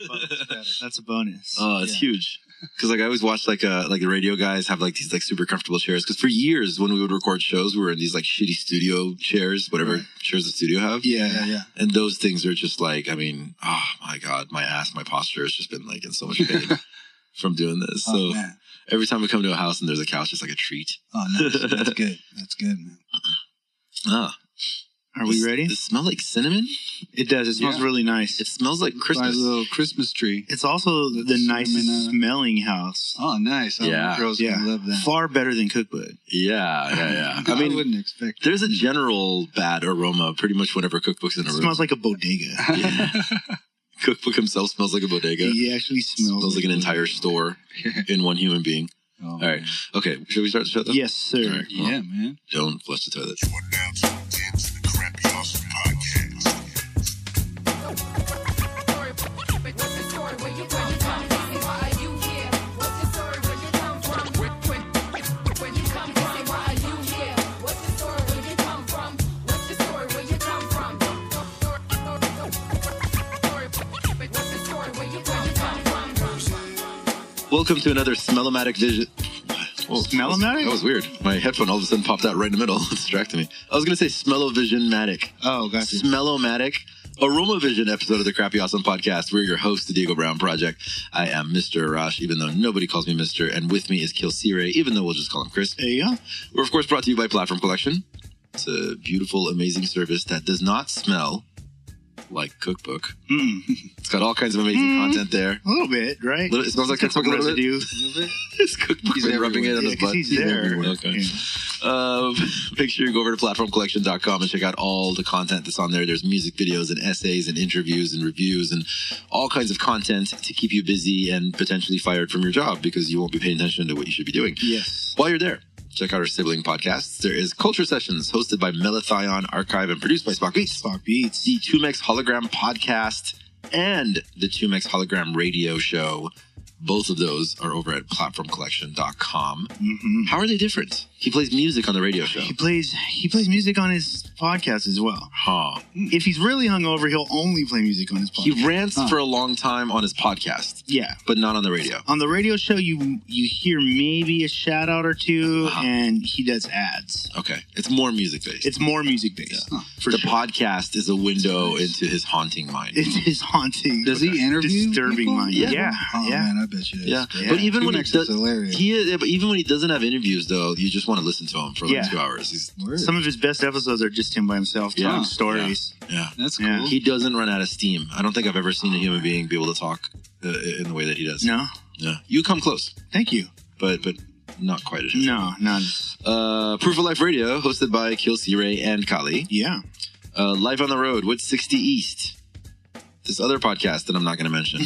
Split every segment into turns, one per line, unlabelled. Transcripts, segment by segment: That's a bonus.
Oh, it's huge. Because like I always watch like uh like the radio guys have like these like super comfortable chairs. Because for years when we would record shows, we were in these like shitty studio chairs, whatever
Right.
chairs the studio have.
yeah, yeah, yeah.
And those things are just like I mean, oh my god, my ass, my posture has just been like in so much pain from doing this.
Oh,
so
man.
every time we come to a house and there's a couch, it's like a treat.
Oh, nice. That's good. That's good, man.
Are
Ah,
we
Uh-uh. this-
ready?
This smell like cinnamon.
It does. It smells
Yeah.
really nice.
It
It's,
smells like
By
Christmas.
the little Christmas tree.
also the
Cinnamon,
nicest
uh,
smelling house.
Oh, nice. I
Yeah.
girls
Yeah.
gonna love that.
Far better than cookbook.
yeah, yeah, yeah.
I,
I mean,
wouldn't expect.
there's a general bad aroma pretty much whenever cookbooks in
It
a room.
smells like a bodega.
Cookbook himself smells like a bodega.
He actually smells,
smells like an
a
entire
bodega.
store in one human being.
Oh, All
right. Okay, should we start the show? Then?
Yes, sir.
All right.
Yeah, man.
Don't flush the toilet.
You are now tuned in to the Crappy Awesome Podcast.
What's the story? Where you come from? Why are you here? What's the story? Where you come from? Where you come from? Why are you here? What's the story? Where you come from? What's the story? Where you come from? What's the story? Where you come from?
Welcome to another Smellomatic Vision. Whoa,
Smellomatic?
That was weird. My headphone all of a sudden popped out right in the middle, distracting me. I was going to say Smellovision-matic.
Oh, gotcha.
Smellomatic Aromavision episode of the Crappy Awesome Podcast. We're your host, the Diego Brown Project. I am Mr. Arash, even though nobody calls me Mr. And with me is Kilsire, even though we'll just call him Chris.
There you go.
We're, of course, brought to you by Platform Collection. It's a beautiful, amazing service that does not smell like cookbook.
Mm,
It's got all kinds of amazing
Mm.
content there.
a little bit, right?
Little- it smells like
Got some
cookbook a little bit.
residue.
It's cookbook
He's
been rubbing it on
Yeah,
his
'cause
butt.
he's there.
Okay.
Yeah.
Uh, make sure you go over to platformcollection.com and check out all the content that's on there. There's music videos and essays and interviews and reviews and all kinds of content to keep you busy and potentially fired from your job because you won't be paying attention to what you should be doing.
Yes.
While you're there, check out our sibling podcasts. There is Culture Sessions, hosted by Melathion Archive and produced by Spock Beats.
Fuck beats.
The Tumex Hologram Podcast and the Tumex Hologram Radio Show. Both of those are over at platformcollection.com.
hmm
How are they different? He plays music on the radio show.
He plays. He plays music on his podcast as well.
Huh.
If he's really hungover, he'll only play music on his podcast.
He rants
Huh.
for a long time on his podcast,
yeah.
but not on the radio.
On the radio show, you you hear maybe a shout out or 2
Uh-huh.
and he does ads.
Okay. It's more music based.
It's more music based.
Huh.
For
the
sure.
podcast is a window
It's
into his haunting mind.
it is haunting.
Does he interview?
Disturbing
people?
mind. Yeah. Yeah.
Oh man, I bet you. That's
Yeah.
great.
But even when he
Tumex is
does-
hilarious.
He is, yeah, but even when he doesn't have interviews, though, you just want to listen to him for like
Yeah.
two hours. He's,
Word.
Some of his best episodes are just him by himself
Yeah.
telling stories.
yeah,
That's cool.
Yeah.
he doesn't run out of steam. I don't think I've ever seen a human being be able to talk uh, in the way that he does.
No,
Yeah, you come close,
thank you.
but but not quite as
No, none.
Uh, Proof of Life Radio, hosted by Kilsey Ray and Kali.
Yeah.
uh, Live on the Road with 60 East. This other podcast that I'm not going to mention.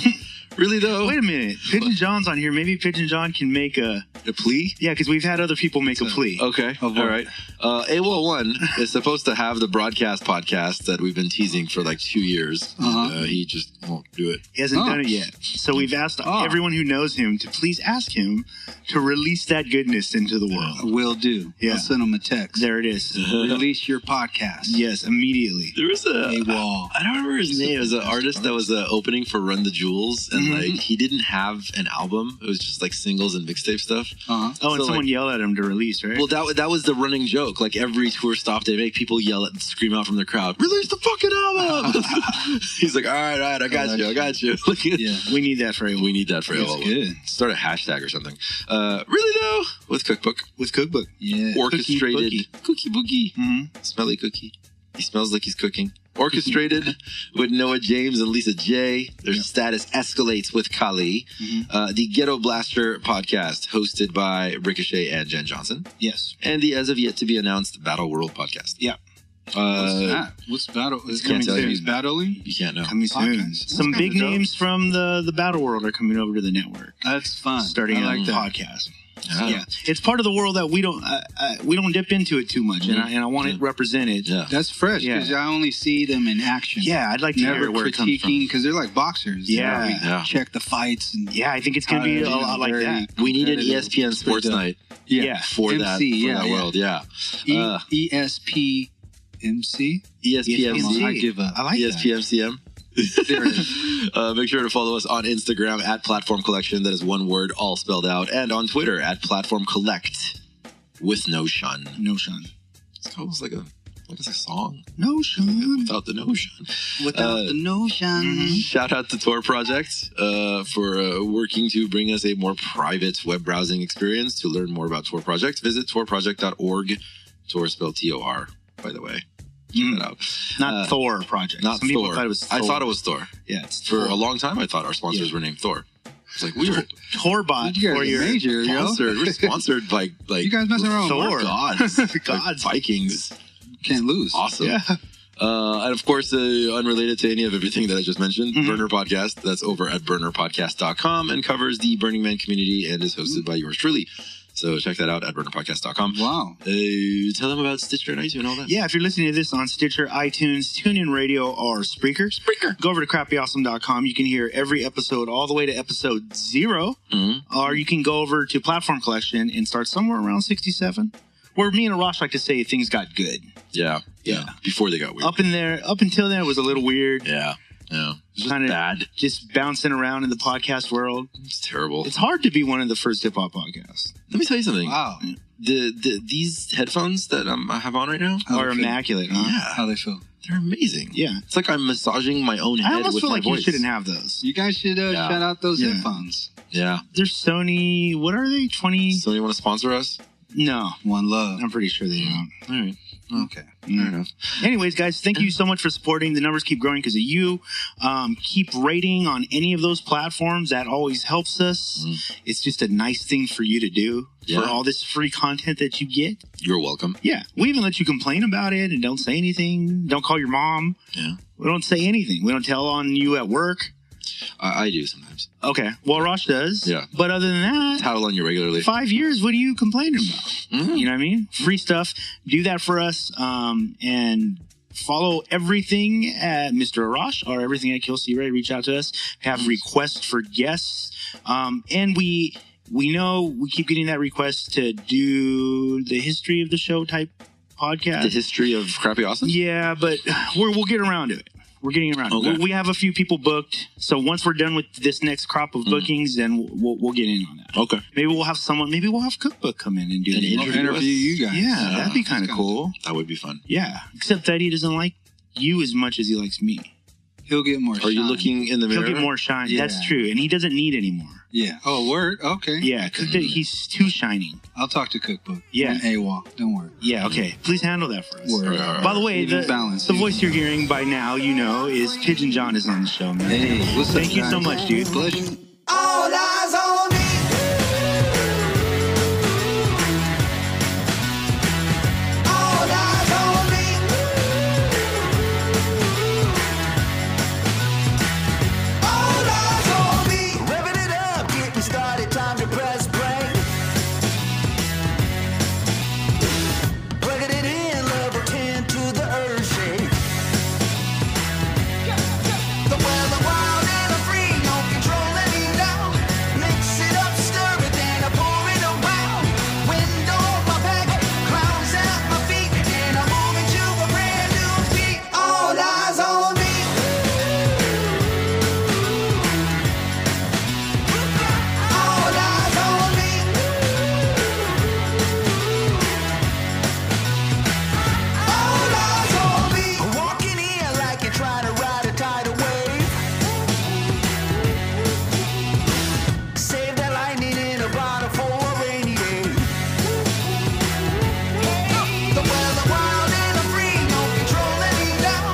really, though,
Wait a minute. Pigeon John's on here. Maybe Pigeon John can make a
a plea?
yeah, because we've had other people make a
So-
plea.
Okay.
Of what?
All right. Uh, AWOL 1 is supposed to have the broadcast podcast that we've been teasing for like two years.
Uh-huh.
And, uh, he just won't do it.
He hasn't
Oh.
done it yet. So we've asked
Ah.
Oh.
everyone who knows him to please ask him to release that goodness into the world.
Will do.
Yeah.
I'll send him a text.
There it is.
Release your podcast.
yes, immediately.
There was a.
AWOL.
I don't remember his
He's
name. It was an
the best
artist that was uh, opening for Run the Jewels, and
Mhm.
like he didn't have an album. It was just like singles and mixtape stuff.
Uh-huh.
Oh, and
So,
someone yelled at him to release, right?
Well, that that was the running joke. Like every tour stop, they make people yell at, scream out from the crowd, "Release the fucking album!" He's like, "All right, all right, I got
Oh,
you, I got you." Like,
Yeah.
we need that for
We need that for
That's
AOL.
good.
Start a hashtag or something. Uh, really though, with cookbook
with cookbook.
Yeah.
orchestrated cookie,
hmm
boogie, smelly cookie. He smells like he's cooking. Orchestrated with Noah James and Lisa J. Their
Yeah.
status escalates with Kali.
Mhm.
Uh, the Ghetto Blaster podcast, hosted by Ricochet and Jen Johnson
Yes.
and the as of yet to be announced Battle World podcast.
Yeah.
What's
Uh,
that? What's battle? Is
Can't
coming
tell
soon?
you.
He's battling.
you can't know.
Coming soon.
Podcast.
Some
That's
big
kinda dope.
names from the the battle world are coming over to the network.
That's fun.
Starting
I
a
like that.
podcast.
Yeah.
Yeah, it's part of the world that we don't uh, uh, we don't dip into it too much, and I and I want it represented.
Yeah.
That's fresh
Yeah.
because I only see them in action.
Yeah, I'd like to
Never
hear where it comes from.
critiquing because they're like boxers. you know,
Yeah.
we
Yeah.
Check the fights and
Yeah, I think it's gonna be a
How to do
lot like
very-
that.
We need an E
Competitive.
ESPN sports
Pretty dope.
night
Yeah.
Yeah.
for that, for
MC, yeah,
that
yeah.
world. Yeah.
E-
Uh,
ESP MC.
ESPN,
Come on,
ESPN.
E
I give up.
I like that.
ESPNCM.
There it is.
Uh, make sure to follow us on Instagram at Platform Collection. That is one word, all spelled out, and on Twitter at Platform Collect with no shun.
No shun.
It's almost like a like it's a song
No shun.
without the no shun.
Without
Uh,
the no shun.
Shout out to Tor Project uh, for uh, working to bring us a more private web browsing experience. To learn more about Tor Project, visit torproject.org. Tor spelled T O R, by the way. Check
Mm.
that out.
Not
Uh,
Thor project.
Not
Some
Thor.
people thought it was. Thor.
I thought it was Thor.
Yeah, it's
For
Thor.
a long time, I thought our sponsors
Yeah.
were named Thor. It's like we were
Torbot
You guys
for
are
your
major, yo.
sponsored. We're sponsored by like
You guys messing around.
Thor
Thor.
gods,
Gods.
Vikings.
Can't lose.
Awesome.
Yeah.
Uh, and of course, uh, unrelated to any of everything that I just mentioned,
Mhm.
Burner Podcast, that's over at burnerpodcast.com and covers the Burning Man community and is hosted by yours truly. So check that out at burnerpodcast.com.
Wow.
Uh, tell them about Stitcher and iTunes and all that.
Yeah, if you're listening to this on Stitcher, iTunes, TuneIn Radio, or Spreaker, Spreaker, go over to crappyawesome.com. You can hear every episode all the way to episode zero,
Mhm.
or you can go over to Platform Collection and start somewhere around 67, where me and Rosh like to say things got good.
yeah. Yeah. Before they got weird.
Up in there, up until then, it was a little weird,
Yeah. Yeah. It's just
Kind of-
bad.
just bouncing around in the podcast world.
It's terrible.
It's hard to be one of the first hip hop podcasts.
Let me tell you something.
Wow.
The, the These headphones that um, I have on right now,
How
or
they feel.
immaculate, huh?
yeah,
How they feel.
they're amazing.
Yeah.
It's like I'm massaging my own head
I almost
with
feel
my
like
voice.
you shouldn't have those.
You guys should uh,
Yeah.
shout out those
Yeah.
headphones.
Yeah.
They're Sony, what are they? 20?
So you want to sponsor us?
No,
One love.
I'm pretty sure they don't.
All right.
Okay.
Fair enough.
Anyways, guys, thank you so much for supporting. The numbers keep growing because of you. Um, keep rating on any of those platforms. That always helps us.
Mhm.
It's just a nice thing for you to do
Yeah.
for all this free content that you get.
You're welcome.
Yeah, we even let you complain about it and don't say anything. Don't call your mom.
Yeah.
We don't say anything. We don't tell on you at work.
I, I do sometimes.
Okay. Well, Rosh does.
Yeah.
But other than that,
Tattle on you regularly.
five years, what are you complaining about?
Mm.
You know what I mean? Free stuff. Do that for us. Um, and follow everything at Mr. Arash or everything at Kill C Ray. Reach out to us. Have requests for guests. Um, and we we know we keep getting that request to do the history of the show type
The
podcast.
history of crappy awesome.
yeah, but we're, we'll get around to it. We're getting around. to it.
Okay.
We- We have a few people booked, so once we're done with this next crop
Hmm.
of bookings, then we'll, we'll, we'll get in on that.
Okay.
Maybe we'll have someone. Maybe we'll have Cookbook come in and do
An
the
I'll
Interview
interview
us?
you guys.
yeah,
Yeah,
that'd be kind of
kinda
cool.
That would be fun.
Yeah, except that he doesn't like you as much as he likes me.
He'll get more.
Are you
shine.
looking in the
He'll
mirror?
get more shine. That's
Yeah.
true, and he doesn't need any more.
Yeah. Oh, word. Okay.
Yeah, because he's too shining.
I'll talk to Cookbook.
Yeah.
And AWOL. Don't worry.
Yeah, okay. Please handle that for us.
Word.
All right.
By the way,
Even
the,
balance,
the
even
voice you're hearing by now, you know, is Pigeon John is on the show, man.
Hey, what's up,
Thank you so
guys?
much, dude.
Pleasure.
All eyes on me. All eyes on me. All eyes on me. Revving it up, getting started. Time to press play. Plugging it in, level ten to the earth shake. The world, the wild and the free, no control any now. Mix it up, stir it, then I pour it around. Wind on my back, clowns at my feet, and I'm moving to a brand new beat. All eyes on me. All eyes on me. All eyes on me. Walking in like you're trying to ride a tidal wave. Save that lightning in a bottle for a rainy day. The world, the wild and the free, no control any now.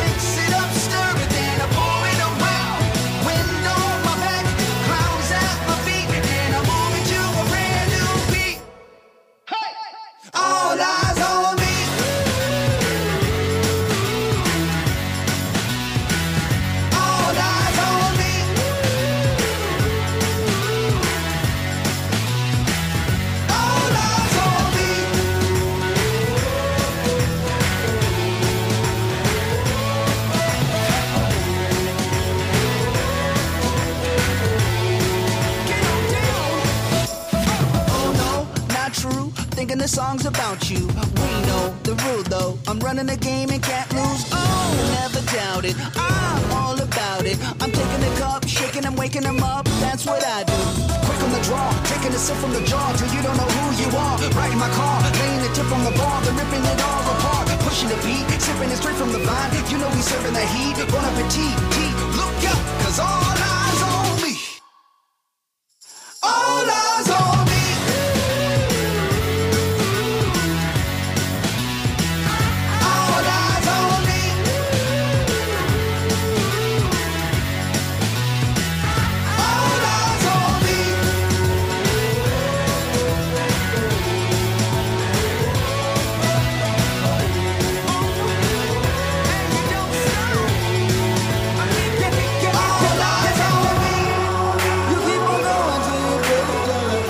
Mix it up, stir it, then I pour it around. Wind on my back, clouds at my feet, and I'm moving to a brand new beat. All eyes on me. All eyes on me. All eyes on me. Get on down. Oh no, not true. Thinking the song's about you. We know the rule though. I'm running the game and can't lose. Oh, never doubt it. I'm all about it. I'm taking the cup, shaking and waking them up. That's what I do. Quick on the draw, taking a sip from the jar till you don't know who you are. Riding my car, laying the tip on the bar, then ripping it all apart. Pushing the beat, sipping it straight from the vine. You know we serving the heat. Bon appetit, tea. Look up, cause all eyes on me. All eyes on me. All eyes on me. All eyes on me. All eyes on me. You keep on going till you break it down.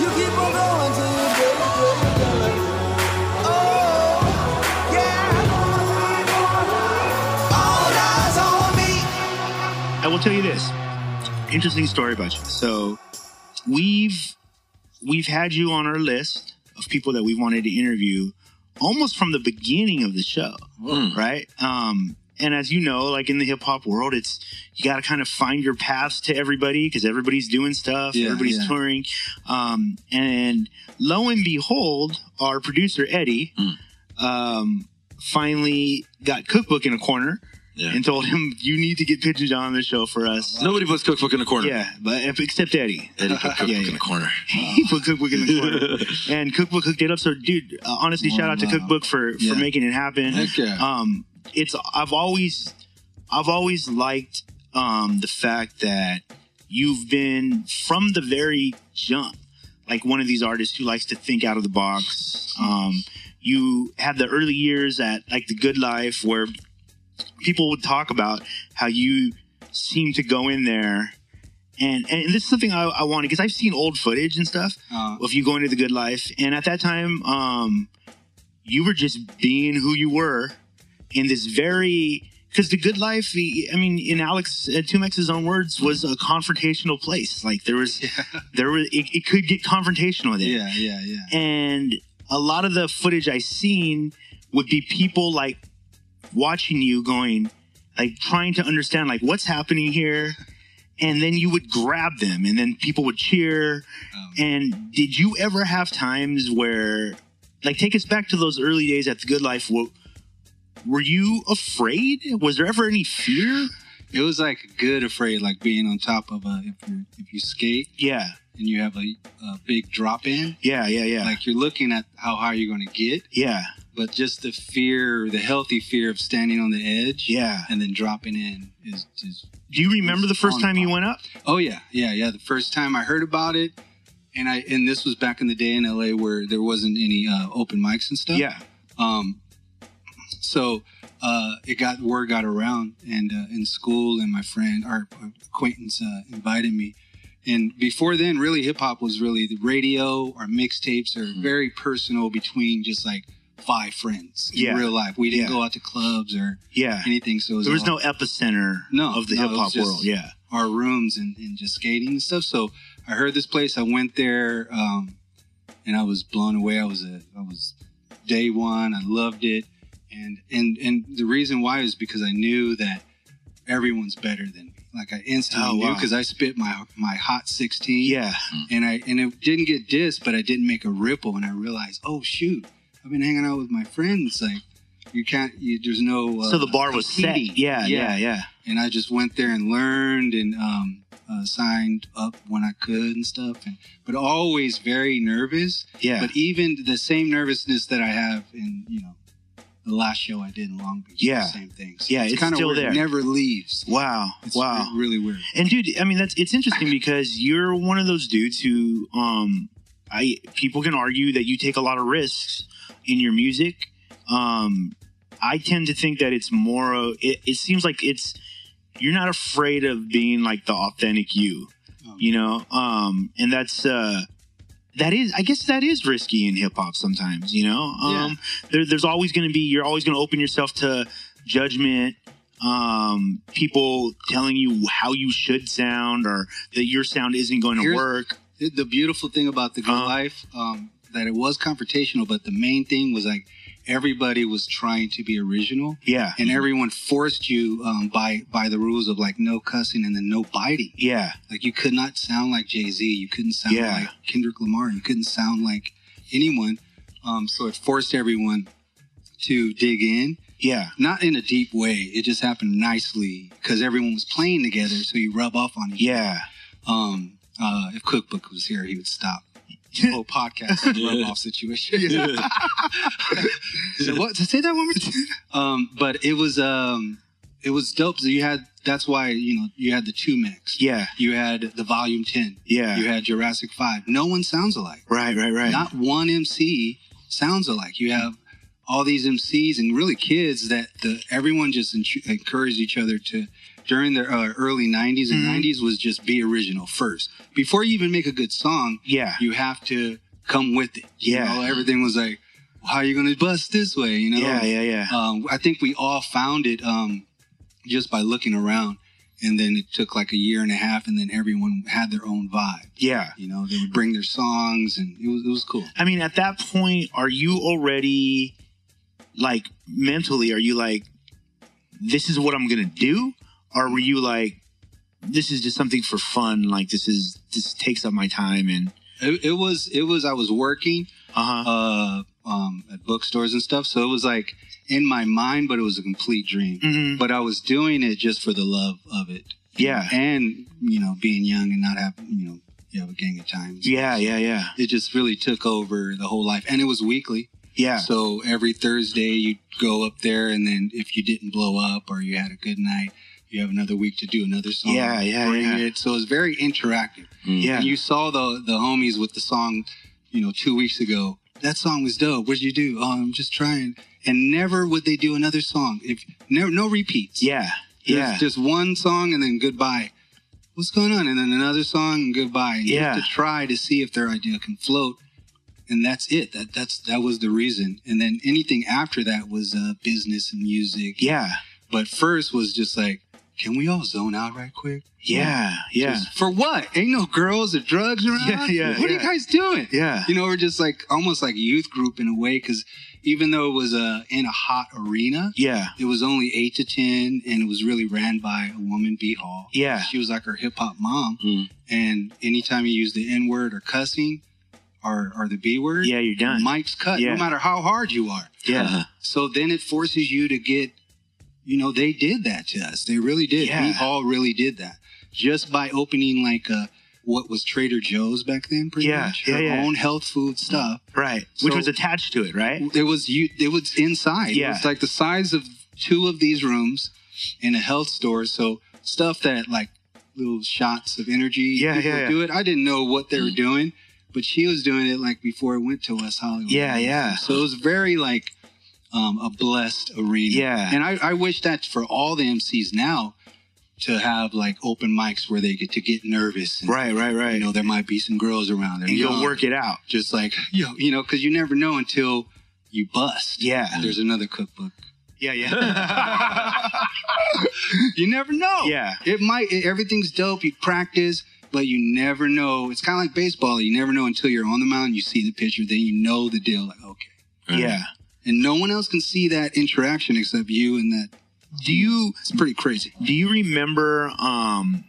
You keep on going till you break it down. Oh, yeah. All eyes on me.
I will tell you this interesting story about you. So we've we've had you on our list of people that we wanted to interview almost from the beginning of the show,
Mm.
right? Um, and as you know, like in the hip hop world, it's you got to kind of find your paths to everybody because everybody's doing stuff,
Yeah,
everybody's
yeah.
touring. Um, and lo and behold, our producer Eddie
Mm.
um, finally got Cookbook in a corner
Yeah.
and told him, "You need to get Pigeon on the show for us."
Nobody puts cookbook in a corner.
Yeah, but if- except Eddie.
Eddie put cookbook
Yeah,
in
yeah.
a corner.
he put Cookbook in the corner. and Cookbook hooked it up. So, dude, uh, honestly, shout out to
Wow.
Cookbook for, for
Yeah.
making it happen.
Heck yeah.
Um, it's I've always I've always liked um, the fact that you've been from the very jump like one of these artists who likes to think out of the box. Um, you had the early years at like the Good Life where people would talk about how you seem to go in there. And, and this is something I, I wanted because I've seen old footage and stuff
Uh,
of you going to the good life. And at that time, um, you were just being who you were in this very because the good life, I mean, in Alex uh, Tumex's own words, was a confrontational place. Like there was, there was, it, it could get confrontational there
yeah, yeah, yeah.
and a lot of the footage I seen would be people like watching you going, like trying to understand like what's happening here, and then you would grab them, and then people would cheer.
Um,
And did you ever have times where, like, take us back to those early days at the Good Life? Were, were you afraid? Was there ever any fear?
It was like good afraid, like being on top of a if you if you skate
Yeah,
and you have a, a big drop in,
yeah, yeah, yeah,
like you're looking at how high you're going to get,
yeah,
but just the fear, the healthy fear of standing on the edge,
yeah.
and then dropping in is just
Do you remember the first time you went up?
Oh yeah, yeah, yeah. The first time I heard about it, and I and this was back in the day in LA where there wasn't any uh, open mics and stuff.
Yeah,
Um, so uh, it got word got around, and uh, in school, and my friend our acquaintance uh, invited me. And before then, really, hip hop was really the radio or mixtapes are
Mm-hmm.
very personal between just like five friends in
Yeah.
real life. We didn't
Yeah.
go out to clubs or
yeah.
anything. So it was
There was
all-
no epicenter
No,
of the
no, it
hip hop
was just-
world. Yeah.
our rooms and, and just skating and stuff. So I heard this place. I went there, um, and I was blown away. I was a, I was day one. I loved it, and and and the reason why is because I knew that everyone's better than me. Like I instantly
Oh,
knew
wow.
because I spit my my hot sixteen.
Yeah.
and I and it didn't get dissed, but I didn't make a ripple, and I realized, oh shoot, I've been hanging out with my friends like. You can't. You, there's no. Uh,
so the bar was set.
competing.
Yeah, yeah, yeah,
and I just went there and learned and um, uh, signed up when I could and stuff. And but always very nervous.
yeah,
But even the same nervousness that I have in you know the last show I did in Long Beach.
Yeah.
the same things.
Yeah, it's
kinda
still
weird.
there.
It never leaves.
Wow,
It's
wow.
re- really weird.
and dude, I mean, that's it's interesting because you're one of those dudes who, um, I people can argue that you take a lot of risks in your music. Um, I tend to think that it's more. Of, it, it seems like it's you're not afraid of being like the authentic you.
Um,
you know um and that's uh that is i guess that is risky in hip-hop sometimes you know um there, there's always going to be you're always going to open yourself to judgment um people telling you how you should sound or that your sound isn't going to
Here's-
work
the- the beautiful thing about the good
Uh-huh.
life um, that it was confrontational, but the main thing was like everybody was trying to be original,
Yeah.
and everyone forced you um, by by the rules of like no cussing and then no biting.
Yeah.
Like you could not sound like Jay Z, you couldn't sound
Yeah.
like Kendrick Lamar, you couldn't sound like anyone. Um, so it forced everyone to dig in,
Yeah.
not in a deep way. It just happened nicely because everyone was playing together, so you rub off on each.
Yeah.
Um, uh, if Cookbook was here, he would stop. The whole podcast and rub off situation. So what? Say that one more time. Um, but it was um, it was dope. So you had that's why you know you had the two mix.
Yeah.
You had the Volume Ten.
Yeah.
You had Jurassic Five. No one sounds alike.
Right. Right. Right.
Not one MC sounds alike. You have all these MCs and really kids that the everyone just en- encouraged each other to during the uh, early '90s
Mm-hmm.
and '90s was just be original first before you even make a good song.
yeah.
You have to come with it. You
Yeah.
know, everything was like, how are you gonna bust this way? You know.
Yeah. Yeah. Yeah.
Um, I think we all found it um, just by looking around. And then it took like a year and a half, and then everyone had their own vibe.
Yeah.
You know, they would bring their songs, and it was it was cool.
I mean, at that point, are you already like mentally? Are you like, this is what I'm gonna do, or were you like, this is just something for fun? Like this is this takes up my time and
It, it was it was I was working
uh huh.
uh, um, at bookstores and stuff, so it was like in my mind, but it was a complete dream.
hmm
But I was doing it just for the love of it.
Yeah.
and you know, being young and not have you know you have a gang of times.
Yeah. Yeah. Yeah.
It just really took over the whole life, and it was weekly.
Yeah.
So every Thursday you'd go up there, and then if you didn't blow up or you had a good night, you have another week to do another song.
Yeah, yeah,
bring
yeah.
It. So it's very interactive.
Yeah.
And you saw the the homies with the song, you know, two weeks ago. That song was dope. What'd you do? Oh, I'm just trying. And never would they do another song. If no no repeats.
Yeah.
There's
Yeah.
Just one song and then goodbye. What's going on? And then another song and goodbye. And You
Yeah.
have to try to see if their idea can float. And that's it. That that's that was the reason. And then anything after that was uh, business and music.
Yeah.
But first was just like, can we all zone out right quick?
Yeah. Yeah.
Just for what? Ain't no girls or drugs around.
Yeah, yeah,
what are you
yeah.
guys doing?
Yeah.
You know, we're just like almost like youth group in a way because even though it was uh, in a hot arena,
Yeah.
it was only eight to ten, and it was really ran by a woman, B Hall.
Yeah. Hmm.
she was like her hip hop mom.
Mm.
And anytime you use the N word or cussing, or or the B word,
Yeah. You're done.
Mike's cut.
Yeah.
No matter how hard you are.
Yeah.
So then it forces you to get, you know, they did that to us. They really did.
Yeah.
B Hall really did that just by opening like a. What was Trader Joe's back then? Pretty
Yeah,
much
yeah,
her
yeah.
own health food stuff.
Right. Which
So-
was attached to it, right?
It was you. It was inside.
Yeah.
It was like the size of two of these rooms in a health store. So stuff that like little shots of energy.
Yeah,
people
yeah, yeah.
Do it. I didn't know what they were doing, but she was doing it like before it went to West Hollywood.
Yeah. Yeah.
So it was very like um, a blessed arena.
Yeah.
And I, I wish that for all the MCs now to have like open mics where they get to get nervous. And,
Right. Right.
You
Right.
know, there might be some girls around. They're
And you'll
young
work it out.
just like yo, you know, because you never know until you bust.
Yeah.
there's another cookbook.
Yeah. Yeah.
You never know.
Yeah.
it might. It, everything's dope. You practice, but you never know. It's kind of like baseball. You never know until you're on the mound. You see the pitcher, then you know the deal. Like okay,
yeah.
and no one else can see that interaction except you and that.
Do you
It's pretty crazy.
do you remember um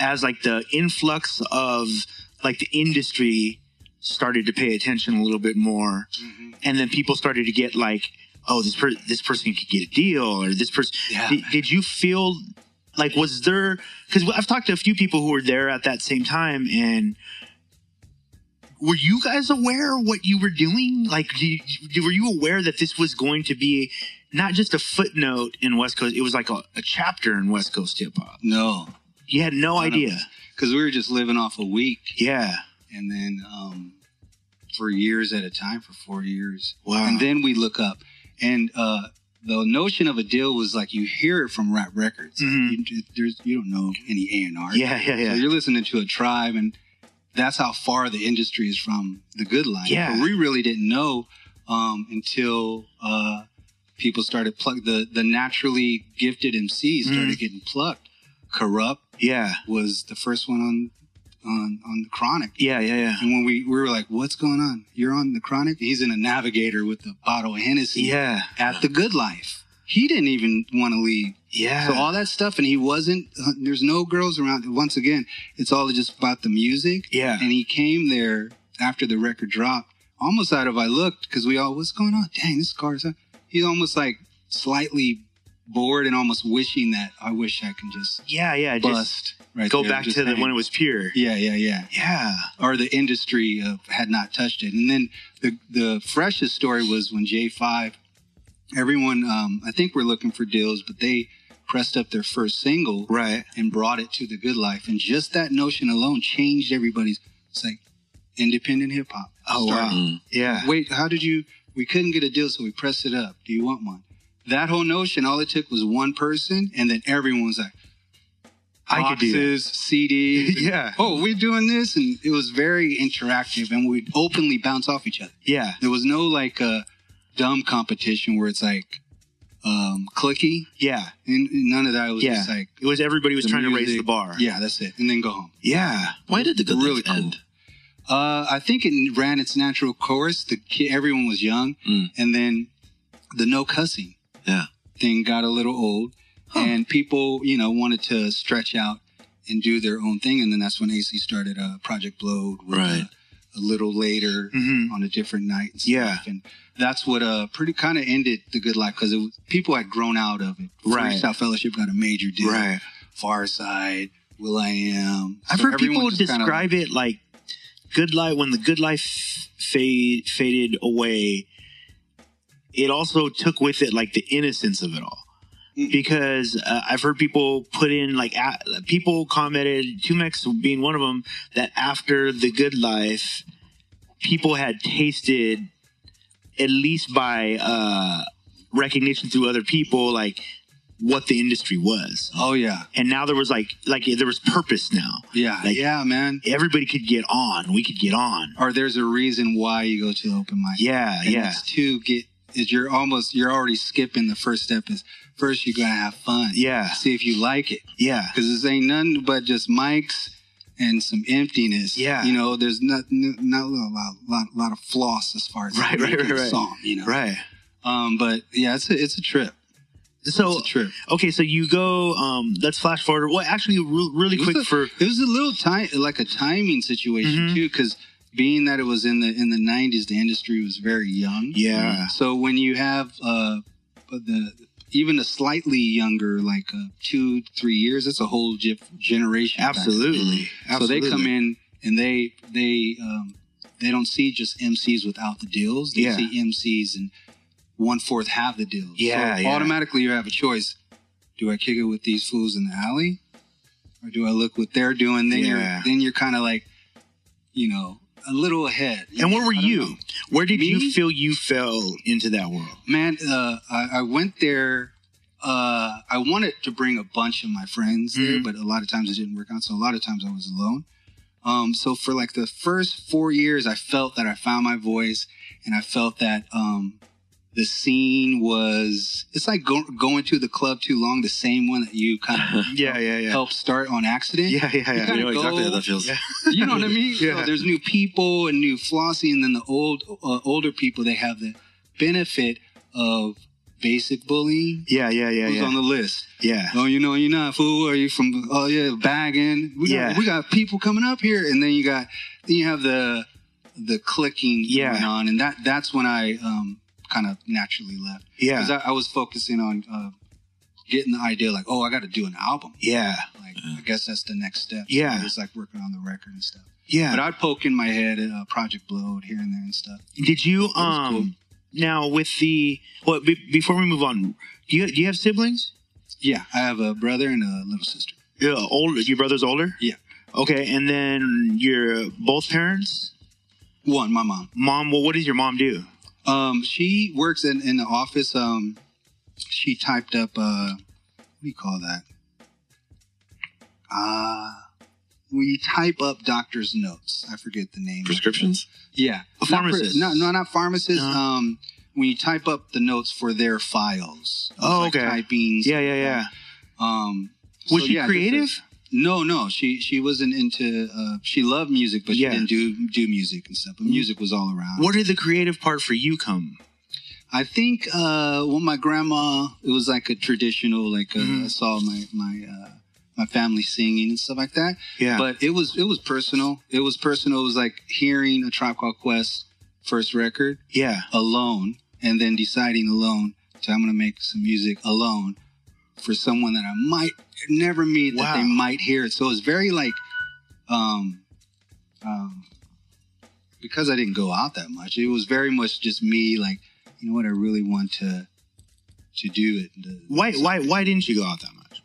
as like the influx of like the industry started to pay attention a little bit more and then people started to get like oh this per- this person could get a deal or this person
Yeah.
did, did you feel like was there because i've talked to a few people who were there at that same time and were you guys aware of what you were doing like do you, do- were you aware that this was going to be not just a footnote in west coast it was like a, a chapter in west coast hip-hop
No,
you had no
None of
idea
us. because we were just living off a week,
yeah
and then um, for years at a time, for four years.
wow
and then we look up and uh the notion of a deal was like you hear it from rap records
Mhm.
you, there's, you don't know any a&r
yeah yeah
so
yeah
you're listening to a tribe and that's how far the industry is from the good line
Yeah.
but we really didn't know um, until uh, people started plug the, the naturally
Mm-hmm.
gifted mcs started getting plucked corrupt
yeah
was the first one on on on the chronic.
Yeah, yeah, yeah.
And when we, we were like, what's going on? You're on the chronic? He's in a navigator with a bottle of Hennessy
Yeah.
at the good life. He didn't even want to leave.
Yeah.
So all that stuff, and he wasn't. Uh, there's no girls around. Once again, it's all just about the music.
Yeah.
And he came there after the record dropped, almost out of I looked because we all, what's going on? Dang, this car's. Out. He's almost like slightly bored and almost wishing that I wish I can just
yeah, yeah. Just
bust right
go
there,
back
just
to the,
hang.
when it was pure.
Yeah, yeah, yeah
Yeah.
or the industry uh, had not touched it. And then the the freshest story was when J Five, everyone, um, I think we're looking for deals, but they pressed up their first single
Right.
and brought it to the good life, and just that notion alone changed everybody's. It's like independent hip hop.
Oh, wow.
started.
Hmm.
Yeah.
Wait, how did you? We couldn't get a deal, so we pressed it up. Do you want one? That whole notion, all it took was one person, and then everyone was like,
I could do that.
boxes, CDs. and,
Yeah.
Oh, we're doing this, and it was very interactive, and we'd openly bounce off each other.
Yeah.
There was no like uh, dumb competition where it's like um, clicky,
Yeah.
and and none of that. It was
Yeah.
just like
It was everybody was
the
trying to raise
music-
the bar.
Yeah, that's it, and then go home.
Yeah.
Why did the good
Really
life
cool.
end?
Uh, I think it ran its natural course. The kid, everyone was young,
Mm.
and then the no cussing
Yeah.
thing got a little old, and people, you know, wanted to stretch out and do their own thing, and then that's when AC started uh, Project Blowed, with, uh,
Right.
a little later
Mm-hmm.
on a different night. And stuff.
Yeah.
and that's what uh pretty kind of ended the good life because people had grown out of it.
Right.
Freestyle Fellowship got a major deal.
Right.
Far Side, Will I Am.
I've
So
heard
everyone
people
just kinda
describe it like good life when the good life fade faded away. It also took with it like the innocence of it all. Because uh, I've heard people put in like a people commented Tumex being one of them that after the good life, people had tasted at least by uh, recognition through other people like what the industry was,
Oh yeah,
and now there was like like there was purpose now
yeah,
Like-
yeah, man.
everybody could get on. We could get on.
Or there's a reason why you go to the open mic.
Yeah,
and
yeah,
It's to get. Is you're almost you're already skipping the first step. Is first you gotta have fun.
Yeah.
See if you like it.
yeah,
because this ain't nothing but just mics and some emptiness.
Yeah.
you know, there's not n- not a lot, lot, lot of floss as far as
Right, right,
making
right,
a
right.
song. You know,
right.
Um, but yeah, it's a it's a trip.
So
It's a trip.
okay, so you go. Um, let's flash forward. Well, actually, re- really
It was
quick
a-
for
it was a little time like a timing situation
Mhm.
too, because being that it was in the in the '90s, the industry was very young.
yeah,
So when you have uh the even a slightly younger, like uh, two three years, that's a whole ge- generation. back then.
absolutely,
So they come in and they they um, they don't see just MCs without the deals. They
Yeah.
see MCs and one fourth have the deals.
Yeah,
so
yeah.
automatically you have a choice. Do I kick it with these fools in the alley, or do I look what they're doing? Then
Yeah.
you're then you're kind of like, you know, a little ahead.
And where were
I don't
you?
know.
Where did
Me?
you feel you fell into that world?
man? Uh, I, I went there. Uh, I wanted to bring a bunch of my friends there,
Mhm.
but a lot of times it didn't work out. So a lot of times I was alone. Um, so for like the first four years, I felt that I found my voice, and I felt that um, the scene was. It's like go, going to the club too long, the same one that you kind of
Yeah, yeah, yeah,
helped start on accident.
yeah, yeah,
You
yeah.
I know
Go-
exactly how that feels.
Yeah.
You know what I mean?
Yeah.
So there's new people and new Flossie, and then the old uh, older people. They have the benefit of basic bullying.
Yeah, yeah, yeah,
Who's on
yeah.
the list?
Yeah,
Oh, you know, you're not fool. Are you from? Oh yeah, bagging. We
Yeah.
got we got people coming up here, and then you got then you have the the clicking
Yeah.
going on, and that that's when I um kind of naturally left because
yeah,
I, I was focusing on uh, getting the idea like, oh, I got to do an album.
yeah,
Like, I guess that's the next step.
Yeah.
it's like working on the record and stuff. But
yeah.
I'd poke in my head at uh, Project Blowed here and there and stuff.
Did you
was
um
cool.
now with the well be, before we move on? Do you do you have siblings?
Yeah, I have a brother and a little sister.
Yeah, older. Your brother's older.
Yeah.
Okay, and then your both parents.
One, my mom.
Mom. Well, what does your mom do?
Um, she works in, in the office. Um, she typed up, uh, what do you call that? Uh, we type up doctor's notes. I forget the name.
Prescriptions?
Yeah.
A pharmacist.
Not, no, no, not pharmacists.
Uh-huh.
Um, when you type up the notes for their files. It's
Oh,
like
okay.
Typing.
Yeah, yeah, yeah.
Um,
Was
so
she
yeah, just a-
creative?
No, no, she she wasn't into. Uh, she loved music, but
Yeah. Mm-hmm.
she didn't do do music and stuff. But music was all around.
Where did the creative part for you come?
I think uh, well, my grandma. It was like a traditional. Like uh, I saw my my uh, my family singing and stuff like that.
Yeah.
But it was it was personal. It was personal. It was like hearing a Tribe Called Quest first record
Yeah.
alone, and then deciding alone to I'm gonna make some music alone for someone that I might never meet that they
Wow.
might hear it. So it's very like, um, um, because I didn't go out that much. It was very much just me, like you know what I really want to to do it. The-
Why? Why? Why didn't you go out that much?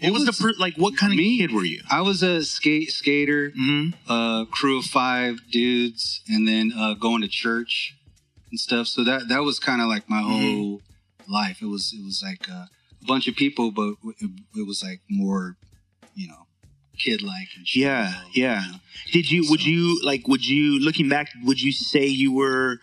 What
It
was,
was-
the per, like? What kind of
me-
kid were you?
I was a skate skater.
Mm-hmm.
uh, crew of five dudes, and then uh, going to church and stuff. So that that was kind of like my
Mm-hmm.
whole life. It was it was like uh, a bunch of people, but it, it was like more, you know, kid like.
Yeah, yeah. Did you? Would
So-
you like? Would you? Looking back, would you say you were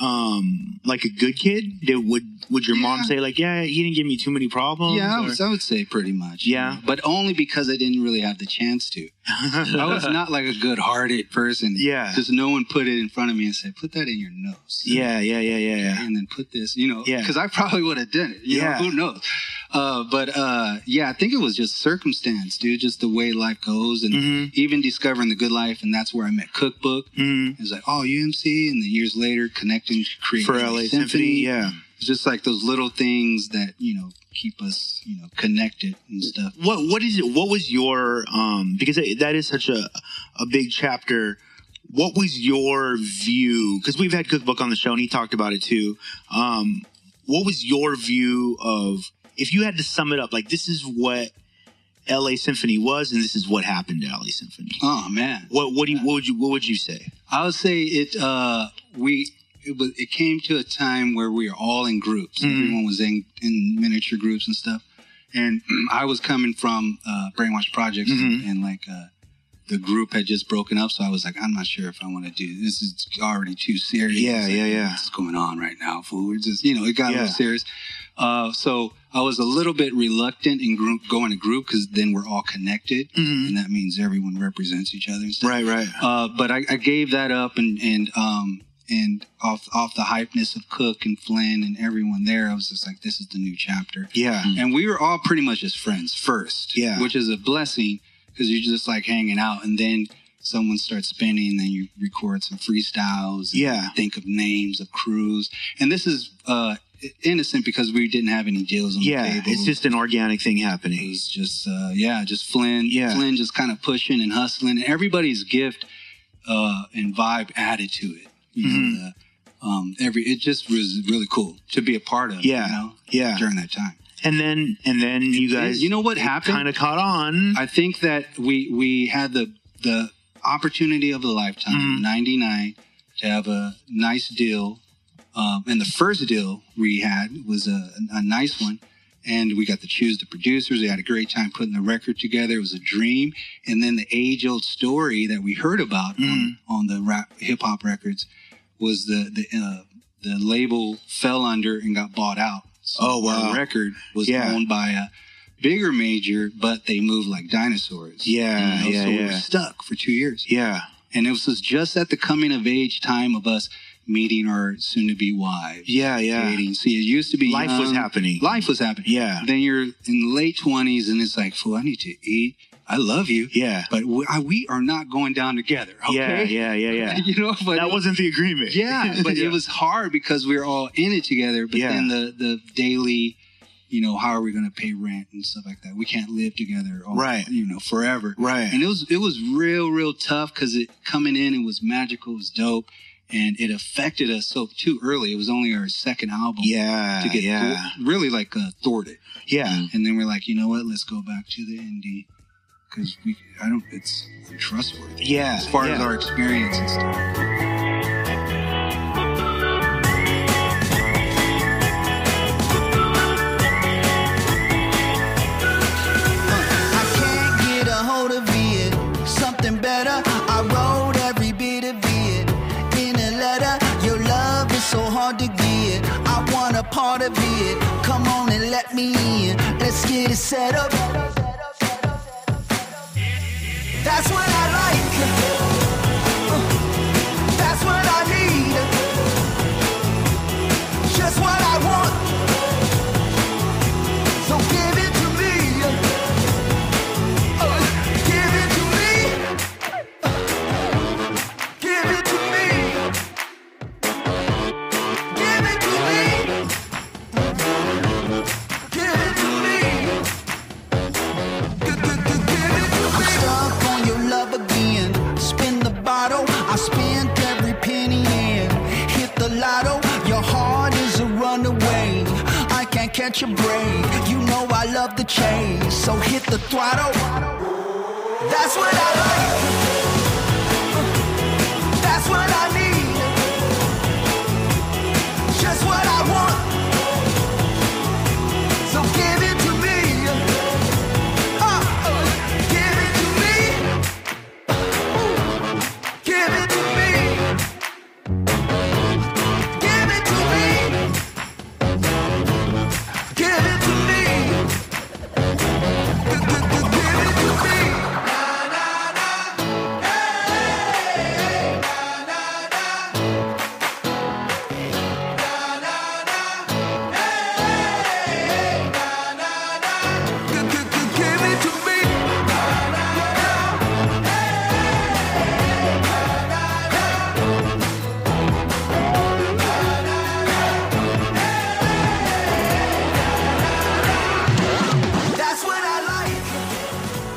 um like a good kid? Did, would Would your mom
Yeah.
say like, yeah, he didn't give me too many problems?
Yeah, I
or-
would, I would say pretty much.
Yeah.
but only because I didn't really have the chance to. I was not like a good-hearted person.
Yeah.
just no one put it in front of me and said, "Put that in your nose."
yeah, yeah, yeah, yeah, yeah.
and then put this, you know,
Yeah.
because I probably would have done it. You
Yeah.
know, who knows? Uh, but uh, yeah, I think it was just circumstance, dude, just the way life goes, and
Mhm.
even discovering the good life, and that's where I met Cookbook.
Mm.
It was like, oh, UMC, and then years later, connecting to create
For LA Symphony, yeah.
It's just like those little things that you know keep us, you know, connected and stuff.
what what is it what was your um because it- that is such a a big chapter what was your view because we've had cookbook on the show and he talked about it too um what was your view of if you had to sum it up like this is what la symphony was and this is what happened to la symphony
Oh man,
what what do you what would you what would you say
I would say it. Uh, we it, was, it came to a time where we were all in groups.
Mhm.
Everyone was in, in miniature groups and stuff. And I was coming from uh, Brainwash Projects,
Mhm.
and like uh, the group had just broken up, so I was like, I'm not sure if I want to do this. Is already too serious.
Yeah,
It's like,
yeah, yeah.
What's going on right now? Fool, we're just you know, it got a
Yeah.
little serious. Uh, so I was a little bit reluctant in group going to group because then we're all connected,
Mhm.
and that means everyone represents each other. And stuff.
right right
Uh, but I, I gave that up and and um and off off the hypeness of Cook and Flynn and everyone there, I was just like, this is the new chapter.
yeah
And we were all pretty much as friends first,
Yeah.
which is a blessing because you're just like hanging out, and then someone starts spinning, and then you record some freestyles, and
Yeah.
think of names of crews, and this is uh innocent because we didn't have any deals on the
yeah
table.
it's just an organic thing
It
happening
was just uh, yeah, just Flynn.
Yeah.
Flynn just kind of pushing and hustling, and everybody's gift uh, and vibe added to it. You
Mm-hmm.
know, the, um, every it just was really cool to be a part of.
Yeah.
you know,
Yeah.
during that time.
and then and then you guys
you know what happened?
kind of caught on
I think that we we had the the opportunity of a lifetime,
Mhm.
'99, to have a nice deal. Um, and the first deal we had was a, a nice one, and we got to choose the producers. We had a great time putting the record together. It was a dream. And then the age old story that we heard about
Mhm.
on, on the rap hip hop records was the the uh, the label fell under and got bought out. So
Oh, wow.
Our record was
Yeah.
owned by a bigger major, but they move like dinosaurs.
Yeah,
You know,
yeah,
so we
yeah.
were stuck for two years.
yeah
And it was just at the coming of age time of us meeting our soon to be wives.
yeah yeah
Dating. See, it used to be um,
Life was
young.
happening.
Life was happening.
Yeah.
Then you're in the late twenties, and it's like, fool, I need to eat. I love you.
Yeah.
But we, I, we are not going down together. Okay.
Yeah, yeah, yeah, yeah.
you know, but
that wasn't the agreement.
yeah, but it was hard because we were all in it together. But
Yeah.
then the the daily, you know, how are we going to pay rent and stuff like that? We can't live together, all,
Right.
You know, forever,
Right.
And it was it was real, real tough because it coming in, it was magical, it was dope, and it affected us so too early. It was only our second album,
yeah,
to get Mm.
yeah, Mm.
thwar- really like uh, thwarted.
yeah,
And then we're like, you know what? Let's go back to the indie because we I don't it's untrustworthy
yeah.
as far as
yeah.
our experience and stuff.
I can't get a hold of it. Something better. I wrote every bit of it in a letter. Your love is so hard to get. I want a part of it. Come on and let me in. Let's get it set up. That's what I like. Uh, That's what I need. Just what I want. So give it to me. Uh, Give it to me. Uh, Give it to me. Give it to me. Give it to me. I'm stuck on your love again. Spin the bottle, I spent every penny in. Hit the lotto, your heart is a runaway. I can't catch a break. You know I love the chase, so hit the throttle. That's what I like. That's what I need. Just what I want. So give it to me. Give it to me. Give it to me. Give it to me. Give it to me. Give it to me. Na na hey na na na na hey na na. Give it to me. That's what I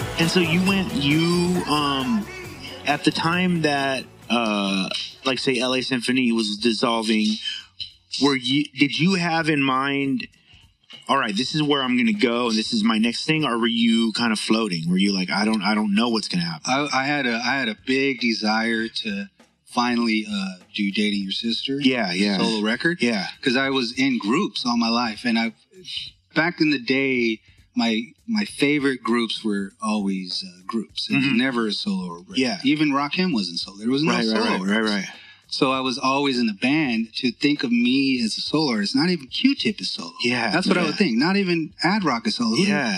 like.
And so you went, you, um, at the time that, uh, like say LA Symphony was dissolving, were you, did you have in mind, all right, this is where I'm going to go and this is my next thing? Or were you kind of floating? Were you like, I don't, I don't know what's going to happen?
I, I had a I had a big desire to finally uh, do dating your sister.
Yeah, yeah.
Solo record.
Yeah.
Because I was in groups all my life, and I back in the day, my my favorite groups were always uh, groups. It was
Mhm.
never a solo record.
Yeah.
Even Rock Him wasn't solo. There was no
right,
solo.
right, right, right,
records.
right.
So I was always in the band to think of me as a solo artist. Not even Q-Tip is solo.
Yeah,
That's what I
yeah.
would think. Not even Ad Rock is solo. Who-
Yeah.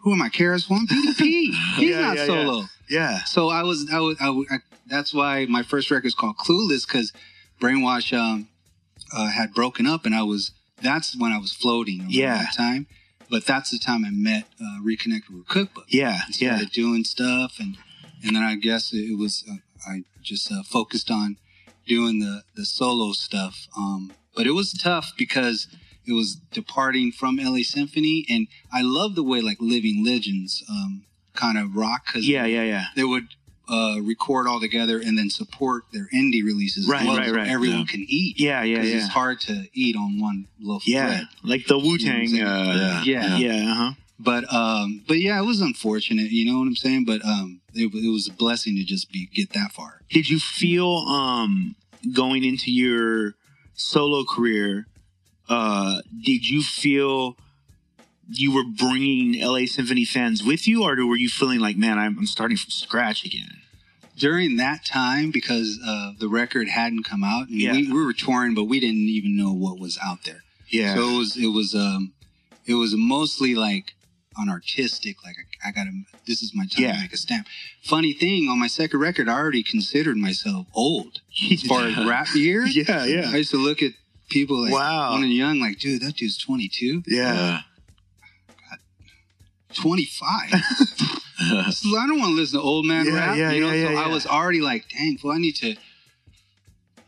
Who, am I? Karis One? PDP. He's
Yeah,
not
yeah, yeah.
solo.
Yeah.
So I was, I was, I, was- I- that's why my first record is called Clueless because Brainwash um, uh, had broken up, and I was. That's when I was floating around
Yeah.
that time. But that's the time I met, uh, reconnected with Cookbook.
Yeah.
I
Yeah.
started doing stuff, and and then I guess it was uh, I just uh, focused on doing the the solo stuff. Um, but it was tough because it was departing from LA Symphony, and I love the way like Living Legends um, kind of rock because
Yeah. Yeah. Yeah.
they would uh, record all together and then support their indie releases
Right,
as well
right,
so
right.
everyone
Yeah.
can eat.
Yeah. Yeah.
'Cause
Yeah.
it's hard to eat on one loaf
Yeah.
of bread.
Like the Wu Tang.
You know what I'm saying?
Uh,
Yeah.
yeah. Uh huh.
But um, but yeah, it was unfortunate. You know what I'm saying? But um, it, it was a blessing to just be get that far.
did you feel um going into your solo career uh did you feel you were bringing la symphony fans with you or were you feeling like man i'm, I'm starting from scratch again
During that time, because uh, the record hadn't come out, and
Yeah.
we, we were touring, but we didn't even know what was out there.
yeah
So it was it was um, it was mostly like an artistic. Like I, I gotta, this is my time
Yeah.
to make a stamp. Funny thing, on my second record, I already considered myself old as far as rap years.
yeah
I
yeah
used to look at people like
Wow.
when they're young, like dude, that dude's 22,
yeah
Yeah.
25. So I don't want to listen to old man
Yeah,
rap.
yeah,
you know,
yeah,
so
yeah,
I
yeah.
was already like, dang, well, I need to.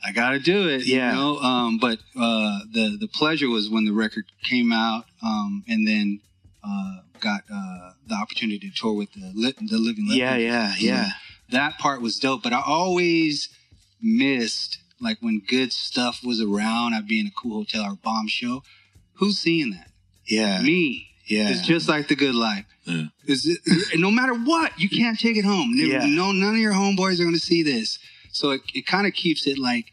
I gotta do it.
Yeah.
You know, um, but uh, the the pleasure was when the record came out, um, and then uh, got uh, the opportunity to tour with the Lit the Living Legends.
yeah yeah yeah
That part was dope, but I always missed like when good stuff was around. I'd be in a cool hotel or bomb show. Who's seeing that?
yeah
Me.
yeah
It's just like the good life.
Yeah.
Is it, no matter what, you can't take it home. No,
Yeah.
no- none of your homeboys are going to see this. So it, it kind of keeps it like